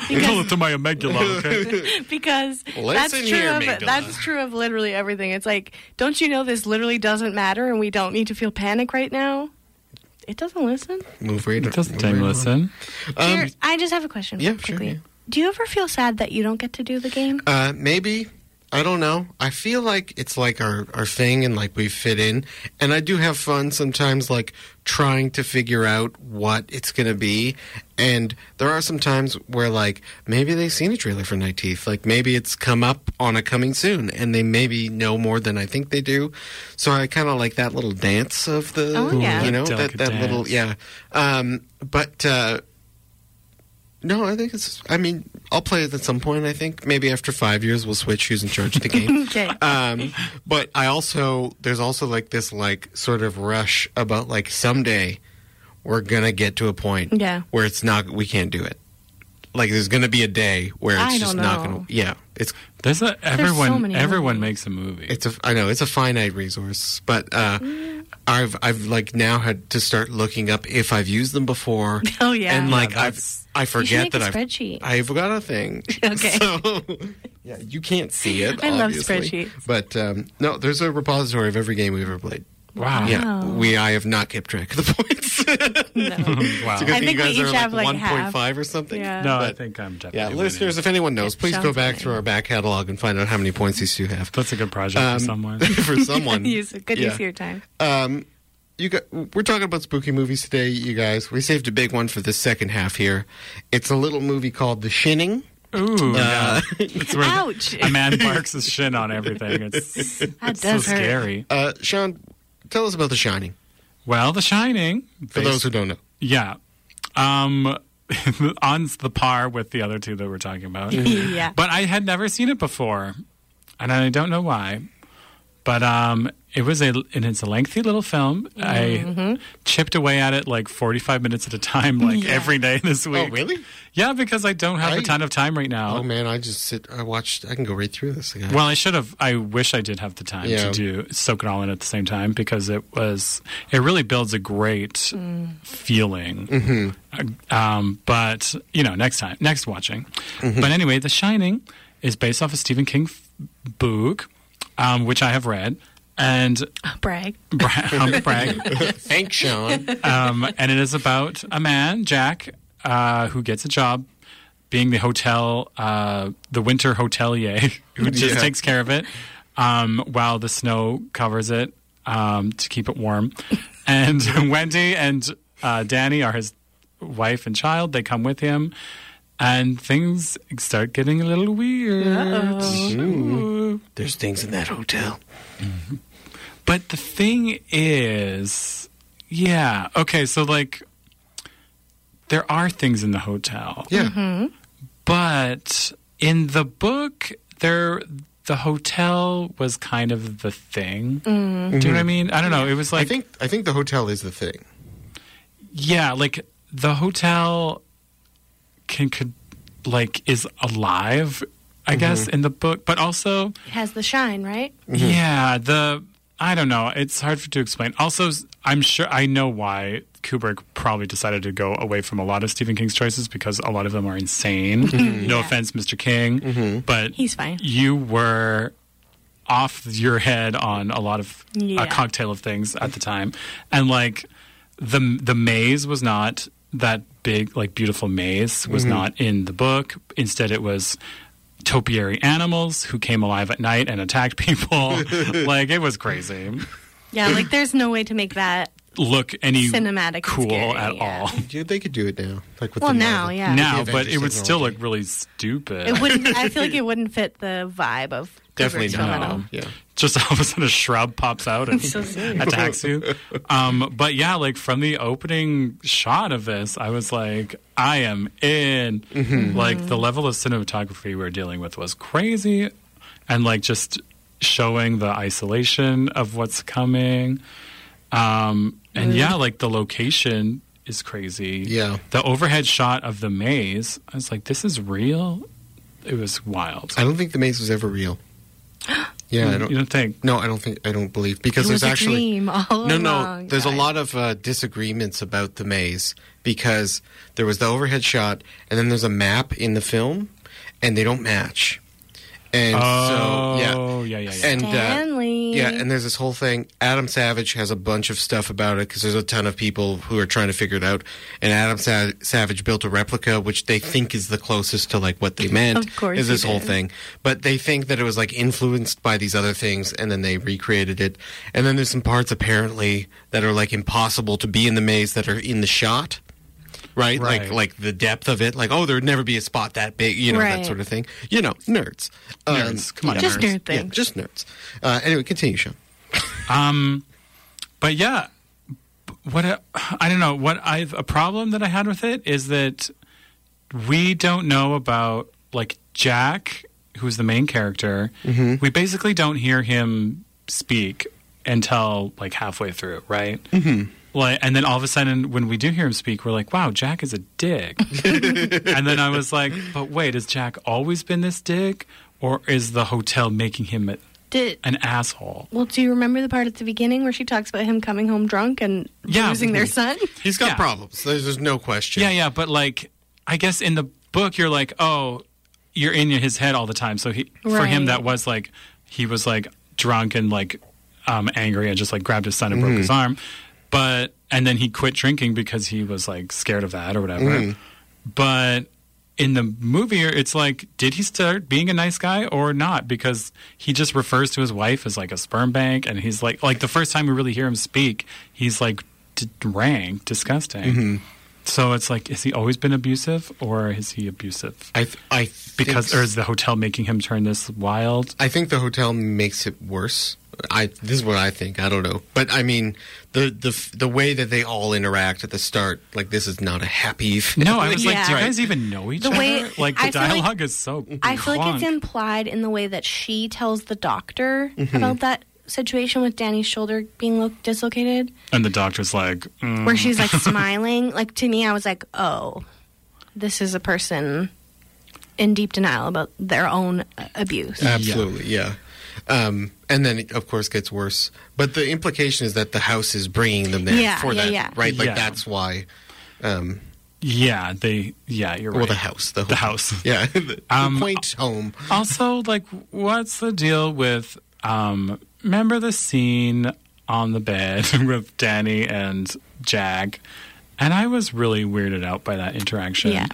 Tell it to
<laughs>
my amygdala. Okay?
because that's
Listen
true
here,
of
amygdala.
that's true of literally everything. It's like, don't you know this literally doesn't matter and we don't need to feel panic right now? It doesn't listen.
move right
It doesn't
move
take
right
a
along.
listen.
Jer, I just have a question.
Um, yeah, sure,
quickly.
yeah.
Do you ever feel sad that you don't get to do the game? <laughs>
Uh, maybe. I don't know. I feel like it's like our, our thing and like we fit in. And I do have fun sometimes, like trying to figure out what it's going to be. And there are some times where, like, maybe they've seen a trailer for Night Teeth. Like, maybe it's come up on a coming soon and they maybe know more than I think they do. So I kind of like that little dance of the,
Oh, yeah.
you know, that,
Delicate
that little,
dance.
yeah. Um, but, uh, no, I think it's. I mean, I'll play it at some point. I think maybe after five years we'll switch who's in charge of
<laughs>
the game.
Okay.
um, but I also there's also like this like sort of rush about like someday we're gonna get to a point
Yeah. <laughs>
where it's not we can't do it. Like there's gonna be a day where it's
I
just
don't
not
know.
gonna. Yeah, it's
There's a, everyone.
many
everyone
movies.
makes a movie.
it's a I know it's a finite resource, but uh,
Mm.
I've I've like now had to start looking up if I've used them before.
Oh, yeah.
and like
Yeah,
I've
that's-
I forget
make a
that I've
spreadsheet.
I've got a thing.
<laughs> Okay.
so yeah, you can't see
<laughs>
it.
I love
obviously.
spreadsheets.
but um, no, there's a repository of every game we've ever played.
wow.
Yeah, we I have not kept track of the <laughs> points.
Oh. <laughs> No.
Wow.
It's a good
I think
thing you
we
guys
each
are
have, like,
one point
half.
five or something.
Yeah.
No, I
But-
think I'm definitely.
Yeah,
winning.
listeners, if anyone knows,
It
please go
sounds
back
funny.
through our back catalog and find out how many points these two have.
that's a good project
Um,
for
<laughs>
someone.
for
<laughs>
someone,
use good
Yeah.
use of your time.
Um, you got, we're talking about spooky movies today, you guys. We saved a big one for the second half here. It's a little movie called The Shinning. <laughs> uh,
Ooh, yeah. it's where
Ouch.
a man marks his shin on everything. It's, it's so
does hurt.
scary.
Uh, Sean, tell us about The Shining
Well, The Shining.
for those who don't know.
yeah, um, <laughs> on the par with the other two that we're talking
<laughs>
about.
yeah.
But I had never seen it before, and I don't know why. But um, it was a and it's a lengthy little film. I chipped away at it like forty five minutes at a time, like
Yeah.
every day this week.
Oh, really?
Yeah, because I don't have
I-
a ton of time right now.
Oh man, I just sit. I watched. I can go right through this again.
Well, I should have. I wish I did have the time
Yeah.
to do soak it all in at the same time because it was. It really builds a great feeling. Uh, Um, but you know, next time, next watching. But anyway, The Shining is based off a Stephen King f- book, um, which I have read, and <laughs>
Brag.
Brag, brag
<laughs> Thanks, Sean.
um, and it is about a man, Jack, uh, who gets a job being the hotel, uh, the winter hotelier, <laughs> who just
Yeah.
takes care of it um, while the snow covers it um, to keep it warm. <laughs> And Wendy and uh, Danny are his wife and child. They come with him, and things start getting a little weird. Ooh.
<laughs> There's things in that hotel.
But the thing is, yeah, okay, so like there are things in the hotel.
Yeah.
Mm-hmm.
But in the book, there the hotel was kind of the thing. Do you know what I mean? I don't know. It was
Mm-hmm. I
like
think I think the hotel is the thing.
yeah, like the hotel can could like is alive,
Mm-hmm.
I guess, in the book, but also
It has the shine, right?
Yeah, the I don't know. It's hard for, to explain. Also, s- I'm sure I know why Kubrick probably decided to go away from a lot of Stephen King's choices because a lot of them are insane. No
Yeah.
offense, Mr. King, but
He's fine.
You were off your head on a lot of
Yeah.
a cocktail of things at the time, and like the the maze was not that big. Like beautiful maze
Mm-hmm.
was not in the book. Instead, it was topiary animals who came alive at night and attacked people.
<laughs>
like it was crazy.
Yeah, like there's no way to make that.
Look any
Cinematic and
cool
scary,
at
yeah.
all
Yeah, they could do it now. Like with
Well,
the
now,
Marvel.
yeah.
now,
With the
but it
Avengers
would still
technology.
look really stupid.
It wouldn't. I feel
<laughs>
like it wouldn't fit the vibe of Kubrick's
definitely
film at all.
not. Yeah.
just all of a sudden a shrub pops out and
<laughs> So silly.
attacks you. Um, but yeah, like from the opening shot of this, I was like, I am in.
Mm-hmm.
Like the level of cinematography we're dealing with was crazy, and like just showing the isolation of what's coming. Um, and yeah, like the location is crazy.
Yeah.
the overhead shot of the maze. I was like, this is real. It was wild.
I don't think the maze was ever
<gasps>
real. Yeah, I don't.
you don't think?
No, I don't think I don't believe because
It was
there's
a
actually
dream all
no, no.
along,
There's a
guys.
lot of uh, disagreements about the maze because there was the overhead shot, and then there's a map in the film, and they don't match. And
Oh,
so yeah,
yeah, yeah, yeah.
and uh,
Stanley.
yeah, and there's this whole thing. Adam Savage has a bunch of stuff about it because there's a ton of people who are trying to figure it out. And Adam Sa- Savage built a replica, which they think is the closest to like what they meant.
Of course
is this
he
whole
did.
thing, but they think that it was like influenced by these other things, and then they recreated it. And then there's some parts apparently that are like impossible to be in the maze that are in the shot. Right?
Right.
like like the depth of it, like oh, there'd never be a spot that big, you know, that
Right.
sort of thing. You know, nerds, Um,
Nerds. Come on,
Just
nerds.
nerd
yeah,
thing.
just nerds. Uh, anyway, continue, Sean.
But yeah, b- what I I don't know what I've a problem that I had with it is that we don't know about like Jack, who's the main character. We basically don't hear him speak until like halfway through, right? Mm-hmm. like, and then all of a sudden, when we do hear him speak, we're like, "Wow, Jack is a dick." and then I was like, "But wait, has Jack always been this dick, or is the hotel making him a,
Did
an asshole?"
well? Do you remember the part at the beginning where she talks about him coming home drunk and
Yeah.
losing their
<laughs>
son?
He's got
Yeah.
problems. There's, there's no question.
Yeah, yeah, but like, I guess in the book, you're like, "Oh, you're in his head all the time." So he, for him,
Right.
that was like, he was like drunk and like um, angry and just like grabbed his son and broke his arm, but and then he quit drinking because he was like scared of that or whatever. but in the movie it's like did he start being a nice guy or not because he just refers to his wife as like a sperm bank and he's like like the first time we really hear him speak he's like d- rank disgusting so it's like has he always been abusive or is he abusive
I th- I think
because
so.
or is the hotel making him turn this wild
I think the hotel makes it worse. I this is what I think. I don't know, but I mean the the f- the way that they all interact at the start, like this is not a happy. <laughs>
no i was like do you
Yeah.
guys even know each
The
other
way-
like the
I feel like-
dialogue is so
I feel like it's
clonk.
implied in the way that she tells the doctor
Mm-hmm.
about that situation with Danny's shoulder being lo- dislocated,
and the doctor's like mm,
where she's like
<laughs>
smiling. Like to me, I was like, oh, this is a person in deep denial about their own uh, abuse.
Absolutely, yeah. Um, and then it, of course gets worse. But the implication is that the house is bringing them there
Yeah,
for
yeah,
that,
yeah.
right? Like
Yeah.
that's why. Um,
yeah they yeah you're right
Well, the house, the,
The house.
<laughs> yeah. The, the
Um,
quaint home.
also like what's the deal with um remember the scene on the bed <laughs> with danny and jag and i was really weirded out by that interaction
Yeah.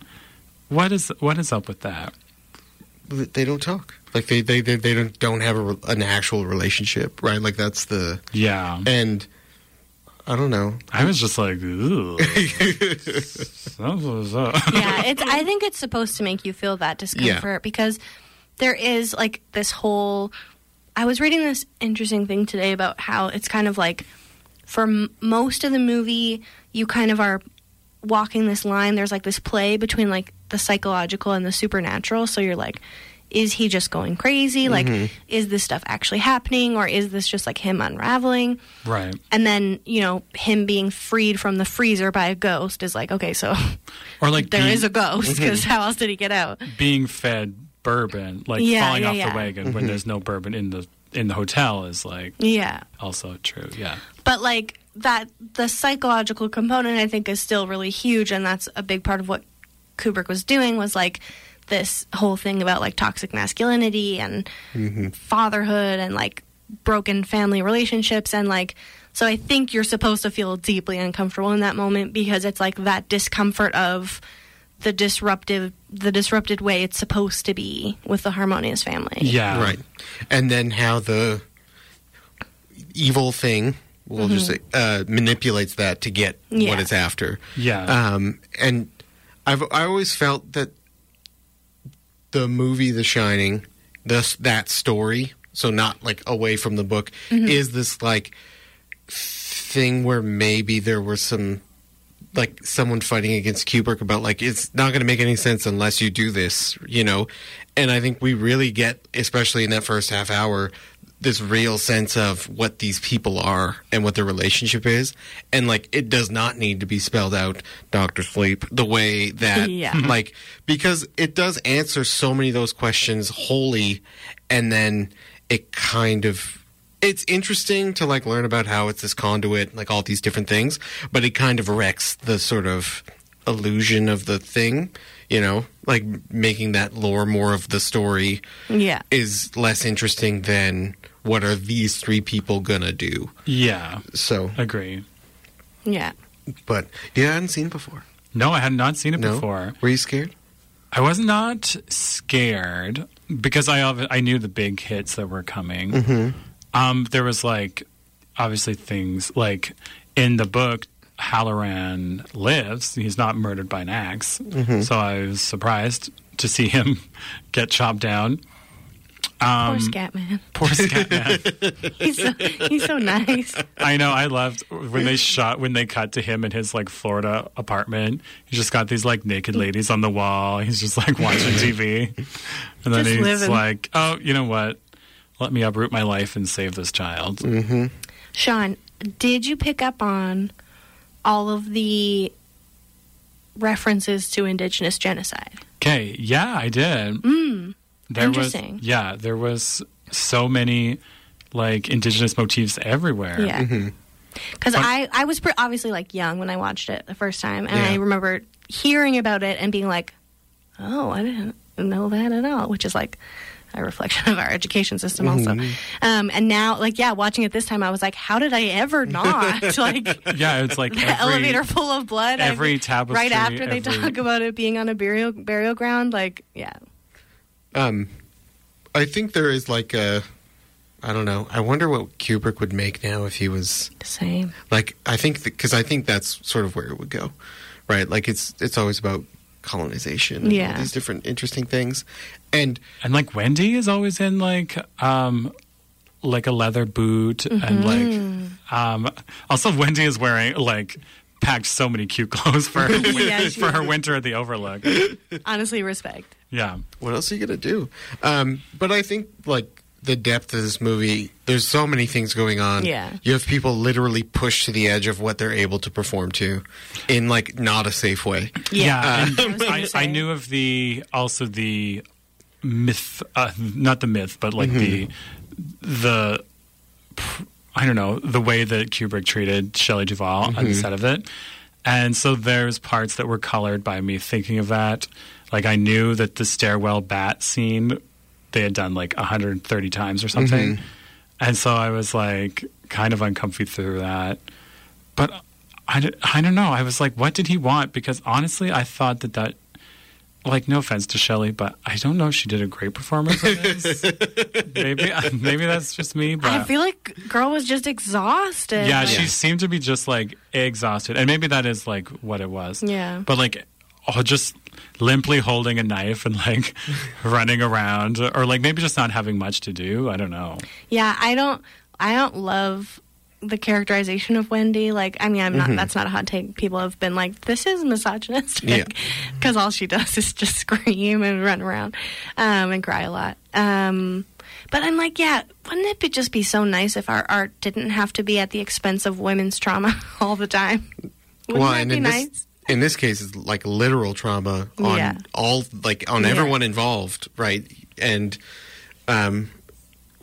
what is what is up with that
They don't talk. Like they they, they, they don't don't have a, re- an actual relationship, right? Like that's the
yeah
and I don't know.
i was just like <laughs> Ew. Something's up.
yeah, it's. I think it's supposed to make you feel that discomfort because there is like this whole. I was reading this interesting thing today about how it's kind of like for m- most of the movie you kind of are walking this line. There's like this play between like the psychological and the supernatural. So you're like. Is he just going crazy? Like, is this stuff actually happening, or is this just like him unraveling?
right
And then, you know, him being freed from the freezer by a ghost is like, okay, so <laughs>
or like
there
being,
is a ghost because how else did he get out?
being fed bourbon like
Yeah,
falling
yeah,
off
yeah.
the wagon when
Mm-hmm.
there's no bourbon in the in the hotel is like
Yeah,
also true yeah
but like that, the psychological component I think is still really huge, and that's a big part of what Kubrick was doing was like this whole thing about like toxic masculinity and fatherhood and like broken family relationships and like so I think you're supposed to feel deeply uncomfortable in that moment because it's like that discomfort of the disruptive the disrupted way it's supposed to be with the harmonious family.
yeah
right. And then how the evil thing, we'll just say, uh, manipulates that to get what
Yeah.
it's after.
yeah
Um, and I've I always felt that the movie The Shining, this that story, so not like away from the book, is this like thing where maybe there were some like someone fighting against Kubrick about like it's not going to make any sense unless you do this, you know. And I think we really get, especially in that first half hour, this real sense of what these people are and what their relationship is, and like it does not need to be spelled out, Doctor Sleep, the way that
Yeah.
<laughs> like because it does answer so many of those questions wholly, and then it kind of it's interesting to like learn about how it's this conduit, like all these different things, but it kind of wrecks the sort of illusion of the thing, you know, like making that lore more of the story
Yeah.
is less interesting than what are these three people gonna do.
yeah
So,
agree
Yeah.
but yeah, I hadn't seen it before.
No, I had not seen it
No,
before.
were you scared?
I was not scared because I obvi- I knew the big hits that were coming.
Mm-hmm.
Um, there was like obviously things like in the book Halloran lives. He's not murdered by an ax
Mm-hmm.
so I was surprised to see him <laughs> get chopped down.
Poor Scatman. <laughs>
Poor Scatman.
He's so, he's so nice.
I know. I loved when they shot when they cut to him in his like Florida apartment. He's just got these like naked ladies on the wall. He's just like watching TV, and then
Just
he's
living.
like, "Oh, you know what? Let me uproot my life and save this child."
Sean, did you pick up on all of the references to indigenous genocide.
Okay, yeah, I did. Mm, there
interesting.
Was, yeah, there was so many like indigenous motifs everywhere.
Yeah. Because I, I was pre- obviously like young when I watched it the first time, and I
Yeah.
remember hearing about it and being like, "Oh, I didn't know that at all," which is like a reflection of our education system, also. Um, and now, like, yeah, watching it this time, I was like, "How did I ever not <laughs> like?"
Yeah, it's like
<laughs> the
every,
elevator full of blood. I
every
think,
tapestry,
Right after they
every-
talk about it being on a burial burial ground, like yeah,
Um, I think there is like a, I don't know. I wonder what Kubrick would make now if he was
same.
like. I think because I think that's sort of where it would go, right? Like it's it's always about colonization, and
Yeah.
all these different interesting things, and
And like Wendy is always in like um like a leather boot
Mm-hmm.
and like um also Wendy is wearing like packed so many cute clothes for her,
<laughs>
win-
Yeah, she
<laughs> for her winter at the overlook.
Honestly, respect.
Yeah.
what else are you gonna do? Um, but I think like the depth of this movie, there's so many things going on.
Yeah.
you have people literally pushed to the edge of what they're able to perform to, in like not a safe way.
Yeah,
I
and
was gonna
Uh, <laughs> I, I
say.
knew of the also the myth, uh, not the myth, but like the the pr- I don't know the way that Kubrick treated Shelley Duvall on the set of it, and so there's parts that were colored by me thinking of that. Like I knew that the stairwell bat scene they had done like 130 times or something, and so I was like kind of uncomfy through that but I, d- I don't know. I was like, what did he want? Because honestly, I thought that that, like, no offense to Shelley, but I don't know if she did a great performance on
<laughs>
this. maybe, <laughs> maybe that's just me, but.
I feel like girl was just exhausted.
yeah,
Like,
she seemed to be just like exhausted, and maybe that is like what it was.
Yeah.
but like, oh, just limply holding a knife and like <laughs> running around, or like maybe just not having much to do. I don't know.
yeah. I don't I don't love the characterization of Wendy. Like I mean, I'm
Mm-hmm.
not. That's not a hot take. People have been like, this is <laughs>
Yeah.
misogynistic because all she does is just <laughs> scream and run around um, and cry a lot. Um, but I'm like, yeah, wouldn't it be just be so nice if our art didn't have to be at the expense of women's trauma <laughs> all the time? Wouldn't that
and
be
in
nice?
This, in this case, it's like literal trauma on
Yeah.
all, like on
Yeah.
everyone involved, right? And um,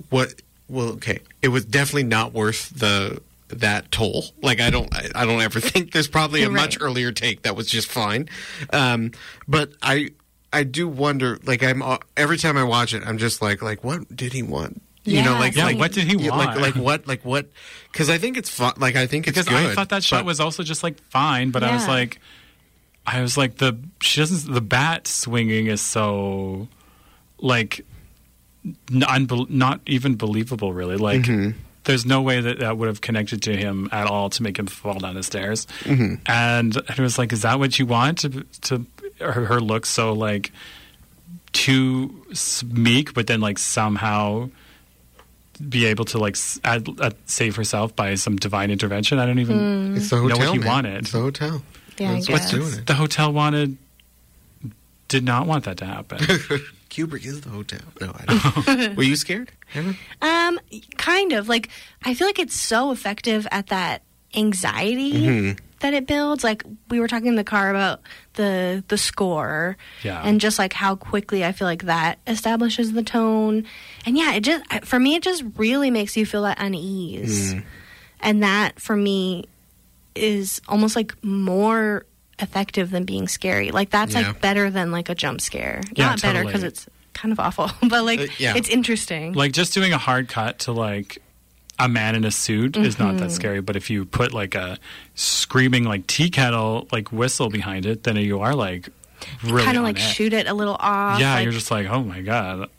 what? Well, okay, it was definitely not worth the that toll. Like, I don't, I, I don't ever <laughs> think there's probably a
Right.
much earlier take that was just fine. Um, but I, I do wonder. Like, I'm uh, every time I watch it, I'm just like, like, what did he want? You know,
Yeah,
like,
Yeah,
like
what did he
yeah,
want?
Like, like what? Like what? Because I think it's fun. Like, I think it's
because
good.
I thought that shot
but-
was also just like fine, but I was
Yeah.
like, I was like the she doesn't the bat swinging is so like n- unbel- not even believable really like. There's no way that that would have connected to him at all to make him fall down the stairs. And it was like, is that what you want? To, to her, her look so like too s- meek, but then like somehow be able to like s- add, uh, save herself by some divine intervention. I don't even.
It's the
know what
hotel.
he
man.
wanted.
It's the hotel.
Yeah, I
That's
guess.
what's doing it.
The hotel wanted did not want that to happen.
<laughs>
Kubrick is the hotel. No, I
<laughs> Oh.
don't. Were you scared? Evan?
Um, kind of. Like I feel like it's so effective at that anxiety that it builds. Like we were talking in the car about the the score,
Yeah.
and just like how quickly I feel like that establishes the tone, and yeah, it just I- for me it just really makes you feel that unease, and that for me is almost like more effective than being scary. Like that's
Yeah.
like better than like a jump scare.
Yeah,
Not better
totally.
because it's kind of awful, <laughs> but like
Uh, yeah.
it's interesting.
like just doing a hard cut to like a man in a suit is not
Mm-hmm.
that scary, but if you put like a screaming like tea kettle like whistle behind it, then you are like really
kind of
on
like
edge.
shoot it a little off.
Yeah,
like,
you're just like, oh my god.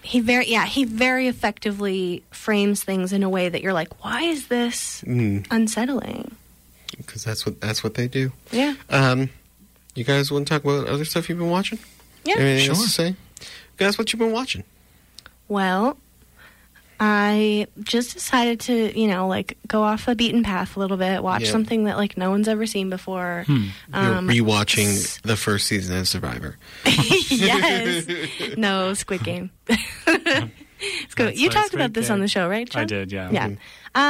he very yeah he very effectively frames things in a way that you're like, why is this unsettling?
Because Mm, that's what that's what they do.
Yeah,
Um, you guys want to talk about other stuff you've been watching?
yeah.
Anything else
Sure.
to say? Guys, what you been watching?
Well, I just decided to you know like go off the beaten path a little bit, watch
Yeah.
something that like no one's ever seen before.
Hmm.
Um,
You're rewatching the first season of Survivor.
<laughs> yes,
<laughs>
no Squid Game. <laughs> Let's go.
That's
You
my
talked
Squid
about this on
Game.
the show, right?
I
Sean?
did, yeah. Mm-hmm.
Yeah.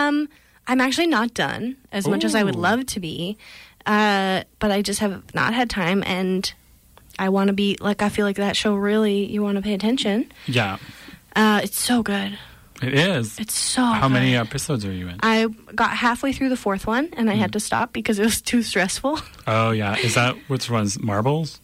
Um, I'm actually not done as much as I would
Ooh.
love to be, uh, but I just have not had time, and I want to be like I feel like that show really you want to pay attention.
Yeah,
Uh, it's so good.
it is.
It's so.
How many
good.
episodes are you in?
I got halfway through the fourth one and I
Mm.
had to stop because it was too stressful. <laughs>
Oh yeah, is that which one's marbles?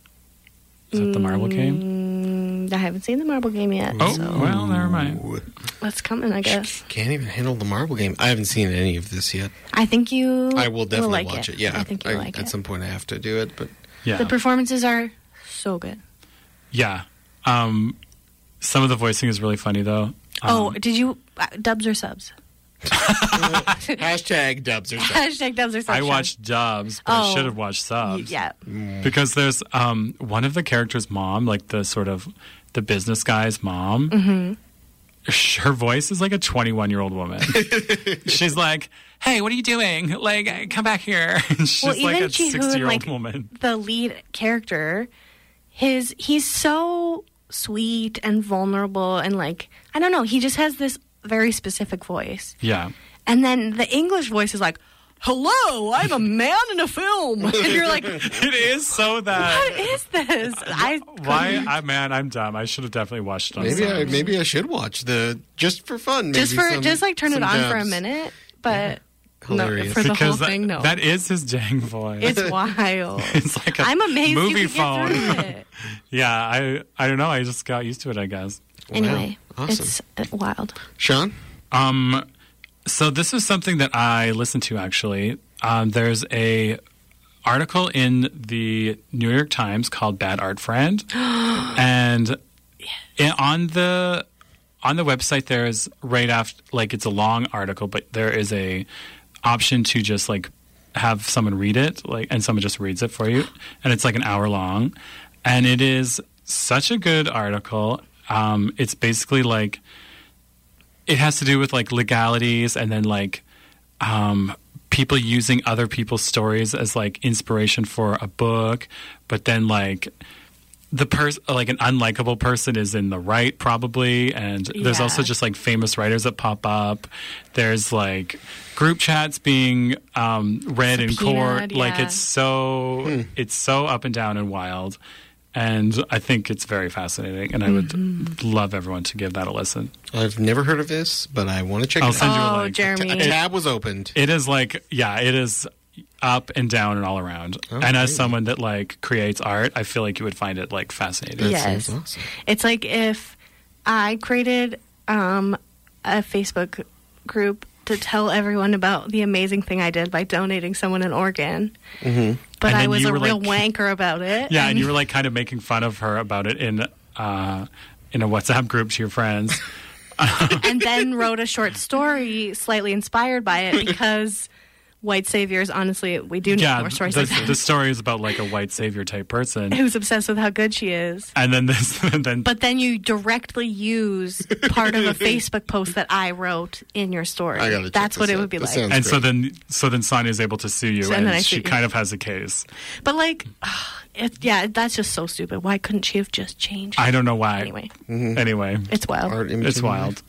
Is that the marble game?
Mm, I haven't seen the marble game yet,
Oh
so
well, never mind.
Ooh,
that's coming, I guess.
Can't even handle the marble game. I haven't seen any of this yet.
I think you.
I will definitely
like
watch it. Yeah,
I think you will like
at
it.
some point I have to do
<laughs>
it. But
Yeah,
The performances are so good.
yeah. Um, some of the voicing is really funny though.
Um,
Um,
oh, did you uh, dubs or subs? <laughs>
hashtag dubs or something.
Hashtag dubs or subs.
I
Sean.
watched dubs, but I
Oh.
should have watched
Y-
subs.
Yeah,
because there's um, one of the characters' mom, like the sort of the business guy's mom.
Mm-hmm.
Her voice is like a 21 year
<laughs>
old woman. She's like, "Hey, what are you doing? Like, come back here." <laughs> And She's
Well,
like
even
a
she who,
60 year old
like-
woman.
the lead character. His he's so sweet and vulnerable and like I don't know. He just has this very specific voice.
Yeah,
And then the English voice is like, "Hello,
<laughs>
I'm a man in a film." <laughs> And you're like, "What
it is so that.
is this?" I
Why, I man, I'm dumb. I should have definitely watched on
Maybe I
subs.
maybe I should watch the just for fun. Maybe
just for
some-
just like turn it
some
on for a
dubs.
minute, but no,
Hilarious.
for the whole
because that,
thing, no.
that is his dang voice.
<laughs> it's
<laughs>
wild.
It's like a
I'm amazed
movie
you could
phone.
get through it.
<laughs> yeah, I I don't know. I just got used to it. I guess.
Anyway,
Awesome.
it's uh, wild.
Sean,
Um, so this is something that I listened to actually. Um, there's a article in the New York Times called "Bad Art Friend," and and on the on the website there is right after like it's a long article, but there is a option to just like have someone read it, like and someone just reads it for you, and it's like an hour long, and it is such a good article. Um, it's basically like it has to do with like legalities and then like um, people using other people's stories as like inspiration for a book, but then like the person like an unlikable person is in the right probably and there's
Yeah.
also just like famous writers that pop up there's like group chats being um read in court
Subpoenaed,
like
yeah.
it's so it's so up and down and wild and i think it's very fascinating and i
Mm-hmm.
would love everyone to give that a listen
I've never heard of this, but I want to check
I'll
it out.
send you a
Oh,
link.
Jeremy.
A tab was opened.
It is like, yeah, it is up and down and all around.
Oh,
and as someone that like creates art, I feel like you would find it like fascinating.
Yeah.
That sounds
Yes.
awesome.
It's like if I created um, a Facebook group to tell everyone about the amazing thing I did by donating someone an organ, but
Mm-hmm. And
I
then
was
you
a
were
real
like-
wanker about it.
Yeah, and you were like kind of making fun of her about it in uh in a WhatsApp group to
<laughs>
your friends.
and then wrote a short story slightly inspired by it because white saviors. Honestly, we do need
yeah,
more stories
the,
like that.
the story is about like a white savior type
<laughs>
person.
Who's obsessed with how good she is.
And then this <laughs> and then
But then you directly use part
<laughs>
of a Facebook post that I wrote in your story.
I gotta check
That's what
this
it
out.
would be
This
like.
sounds-
and so then so then Sonia is able to sue you
So then
and,
I sue
she
you.
kind of has a case.
But like, <sighs> it, yeah, that's just so stupid. Why couldn't she have just changed?
I don't know why.
Anyway,
Mm-hmm.
Anyway.
it's wild.
Art image
It's
and-
wild.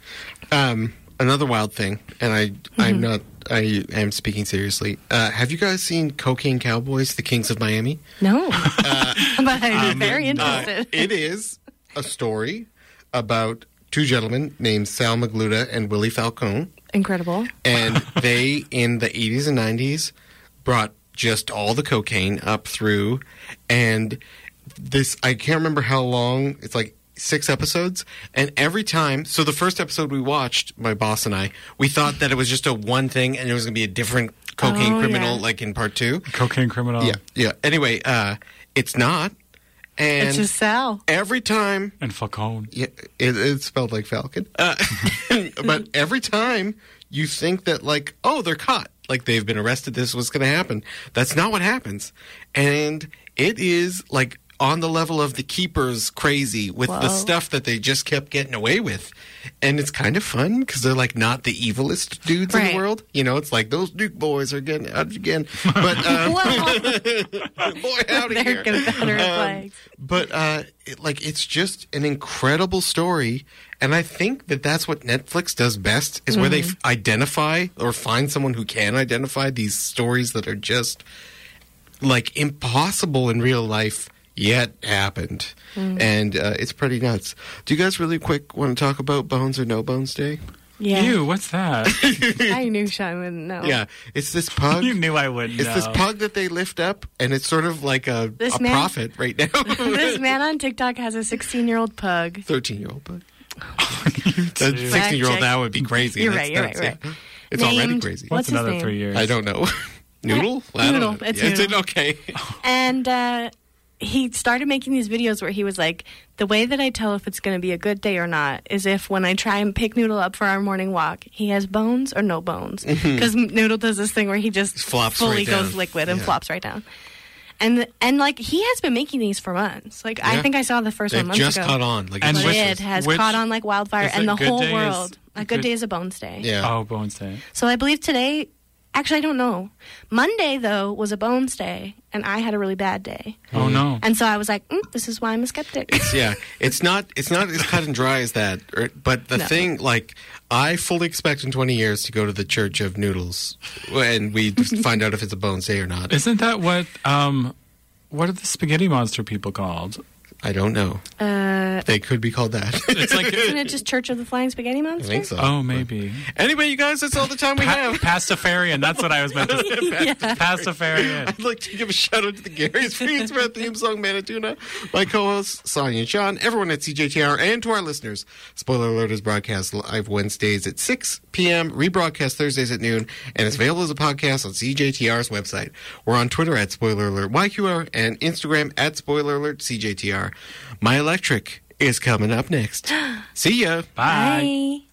Um, another wild thing, and I
Mm-hmm.
I'm not I am speaking seriously. Uh, have you guys seen Cocaine Cowboys: The Kings
<laughs>
of Miami?
No, <laughs> but I'm
um,
very
Uh,
interested.
it is a story about two gentlemen named Sal Magluta and Willie Falcone,
Incredible. <laughs>
and they in the 80s and 90s brought just all the cocaine up through, and this I can't remember how long. It's like six episodes, and every time. So the first episode we watched, my boss and I, we thought that it was just a one thing, and it was going to be a different cocaine
Oh,
criminal
yeah.
like in part two.
Cocaine criminal
Yeah, yeah. Anyway, uh, it's not. And
it's just Sal.
every time
and Falcone.
yeah, it, it's spelled like falcon uh, <laughs> but every time you think that like oh they're caught like they've been arrested this was going to happen that's not what happens and it is like on the level of the keepers crazy with the
Whoa.
stuff that they just kept getting away with. And it's kind of fun because they're like not the evilest dudes in
Right.
the world. You know, it's like those Duke boys are getting out again.
<laughs>
But
Um,
uh,
Whoa,
boy, out of
they're
here. <laughs>
Confederate flags.
But uh, it, like, it's just an incredible story, and I think that that's what Netflix does best is where they f- identify or find someone who can identify these stories that are just like impossible in real life yet happened, and uh, it's pretty nuts. Do you guys really quick want to talk about Bones or No Bones Day?
Yeah,
Ew, what's
<laughs>
that?
I knew Sean wouldn't know.
Yeah, it's this pug.
<laughs> you knew I wouldn't.
It's this
know.
pug that they lift up, and it's sort of like a,
This
a
man-
prophet right now.
<laughs> This man on TikTok has a 16 year old pug.
13 year old pug.
<laughs>
You
A 16
too.
year old
Fact check.
now would be crazy.
You're
That's
right, you're
nuts,
right,
yeah. It's already
Named-
crazy.
What's
That's
his
another
name?
three years.
I don't know. <laughs> Noodle? I don't
Noodle.
know.
It's
Yeah, in-
noodle.
<laughs>
Oh,
okay.
And uh, he started making these videos where he was like, the way that I tell if it's going to be a good day or not is if when I try and pick Noodle up for our morning walk, he has bones or no bones. <laughs> Because Noodle does this thing where he just
Flops
fully
right
goes
down.
liquid and
Yeah.
flops right down. And and like he has been making these for months. Like I
Yeah.
think I saw the first
They've
one months
just
ago.
caught on. Like
And
it's
But
which-
it has
which-
caught on like wildfire,
is
and
it
the
Good
whole
Day is-
world. a good
Good-
day is a bones day.
yeah.
Oh, Bones Day.
So I believe today, actually, I don't know. Monday, though, was a bones day, and I had a really bad day.
Oh no.
And so I was like, mm, this is why I'm a skeptic.
It's- yeah. It's not it's not as cut and dry as that. or- But the
No.
thing like I fully expect in 20 years to go to the Church of Noodles and we
<laughs>
find out if it's a Bones Day or not.
Isn't that what um what are the spaghetti monster people called?
I don't know.
Uh,
They could be called that. <laughs>
It's like
isn't it just Church of the Flying Spaghetti
I
Monster?
think so.
Oh, maybe.
Anyway, you guys, that's all the time we
Pa-
have.
Pastafarian, that's what I was meant to say.
<laughs>
<laughs>
yeah.
Pastafarian.
I'd like to give a shout out to the Gary's Freeze for our theme song, Manituna, my co hosts, Sonia and Sean, everyone at CJTR, and to our listeners. Spoiler Alert is broadcast live Wednesdays at 6 p.m., rebroadcast Thursdays at noon, and is available as a podcast on CJTR's website. We're on Twitter at Spoiler Alert YQR and Instagram at Spoiler Alert CJTR. My Electric is coming up next. See ya.
Bye.
Bye.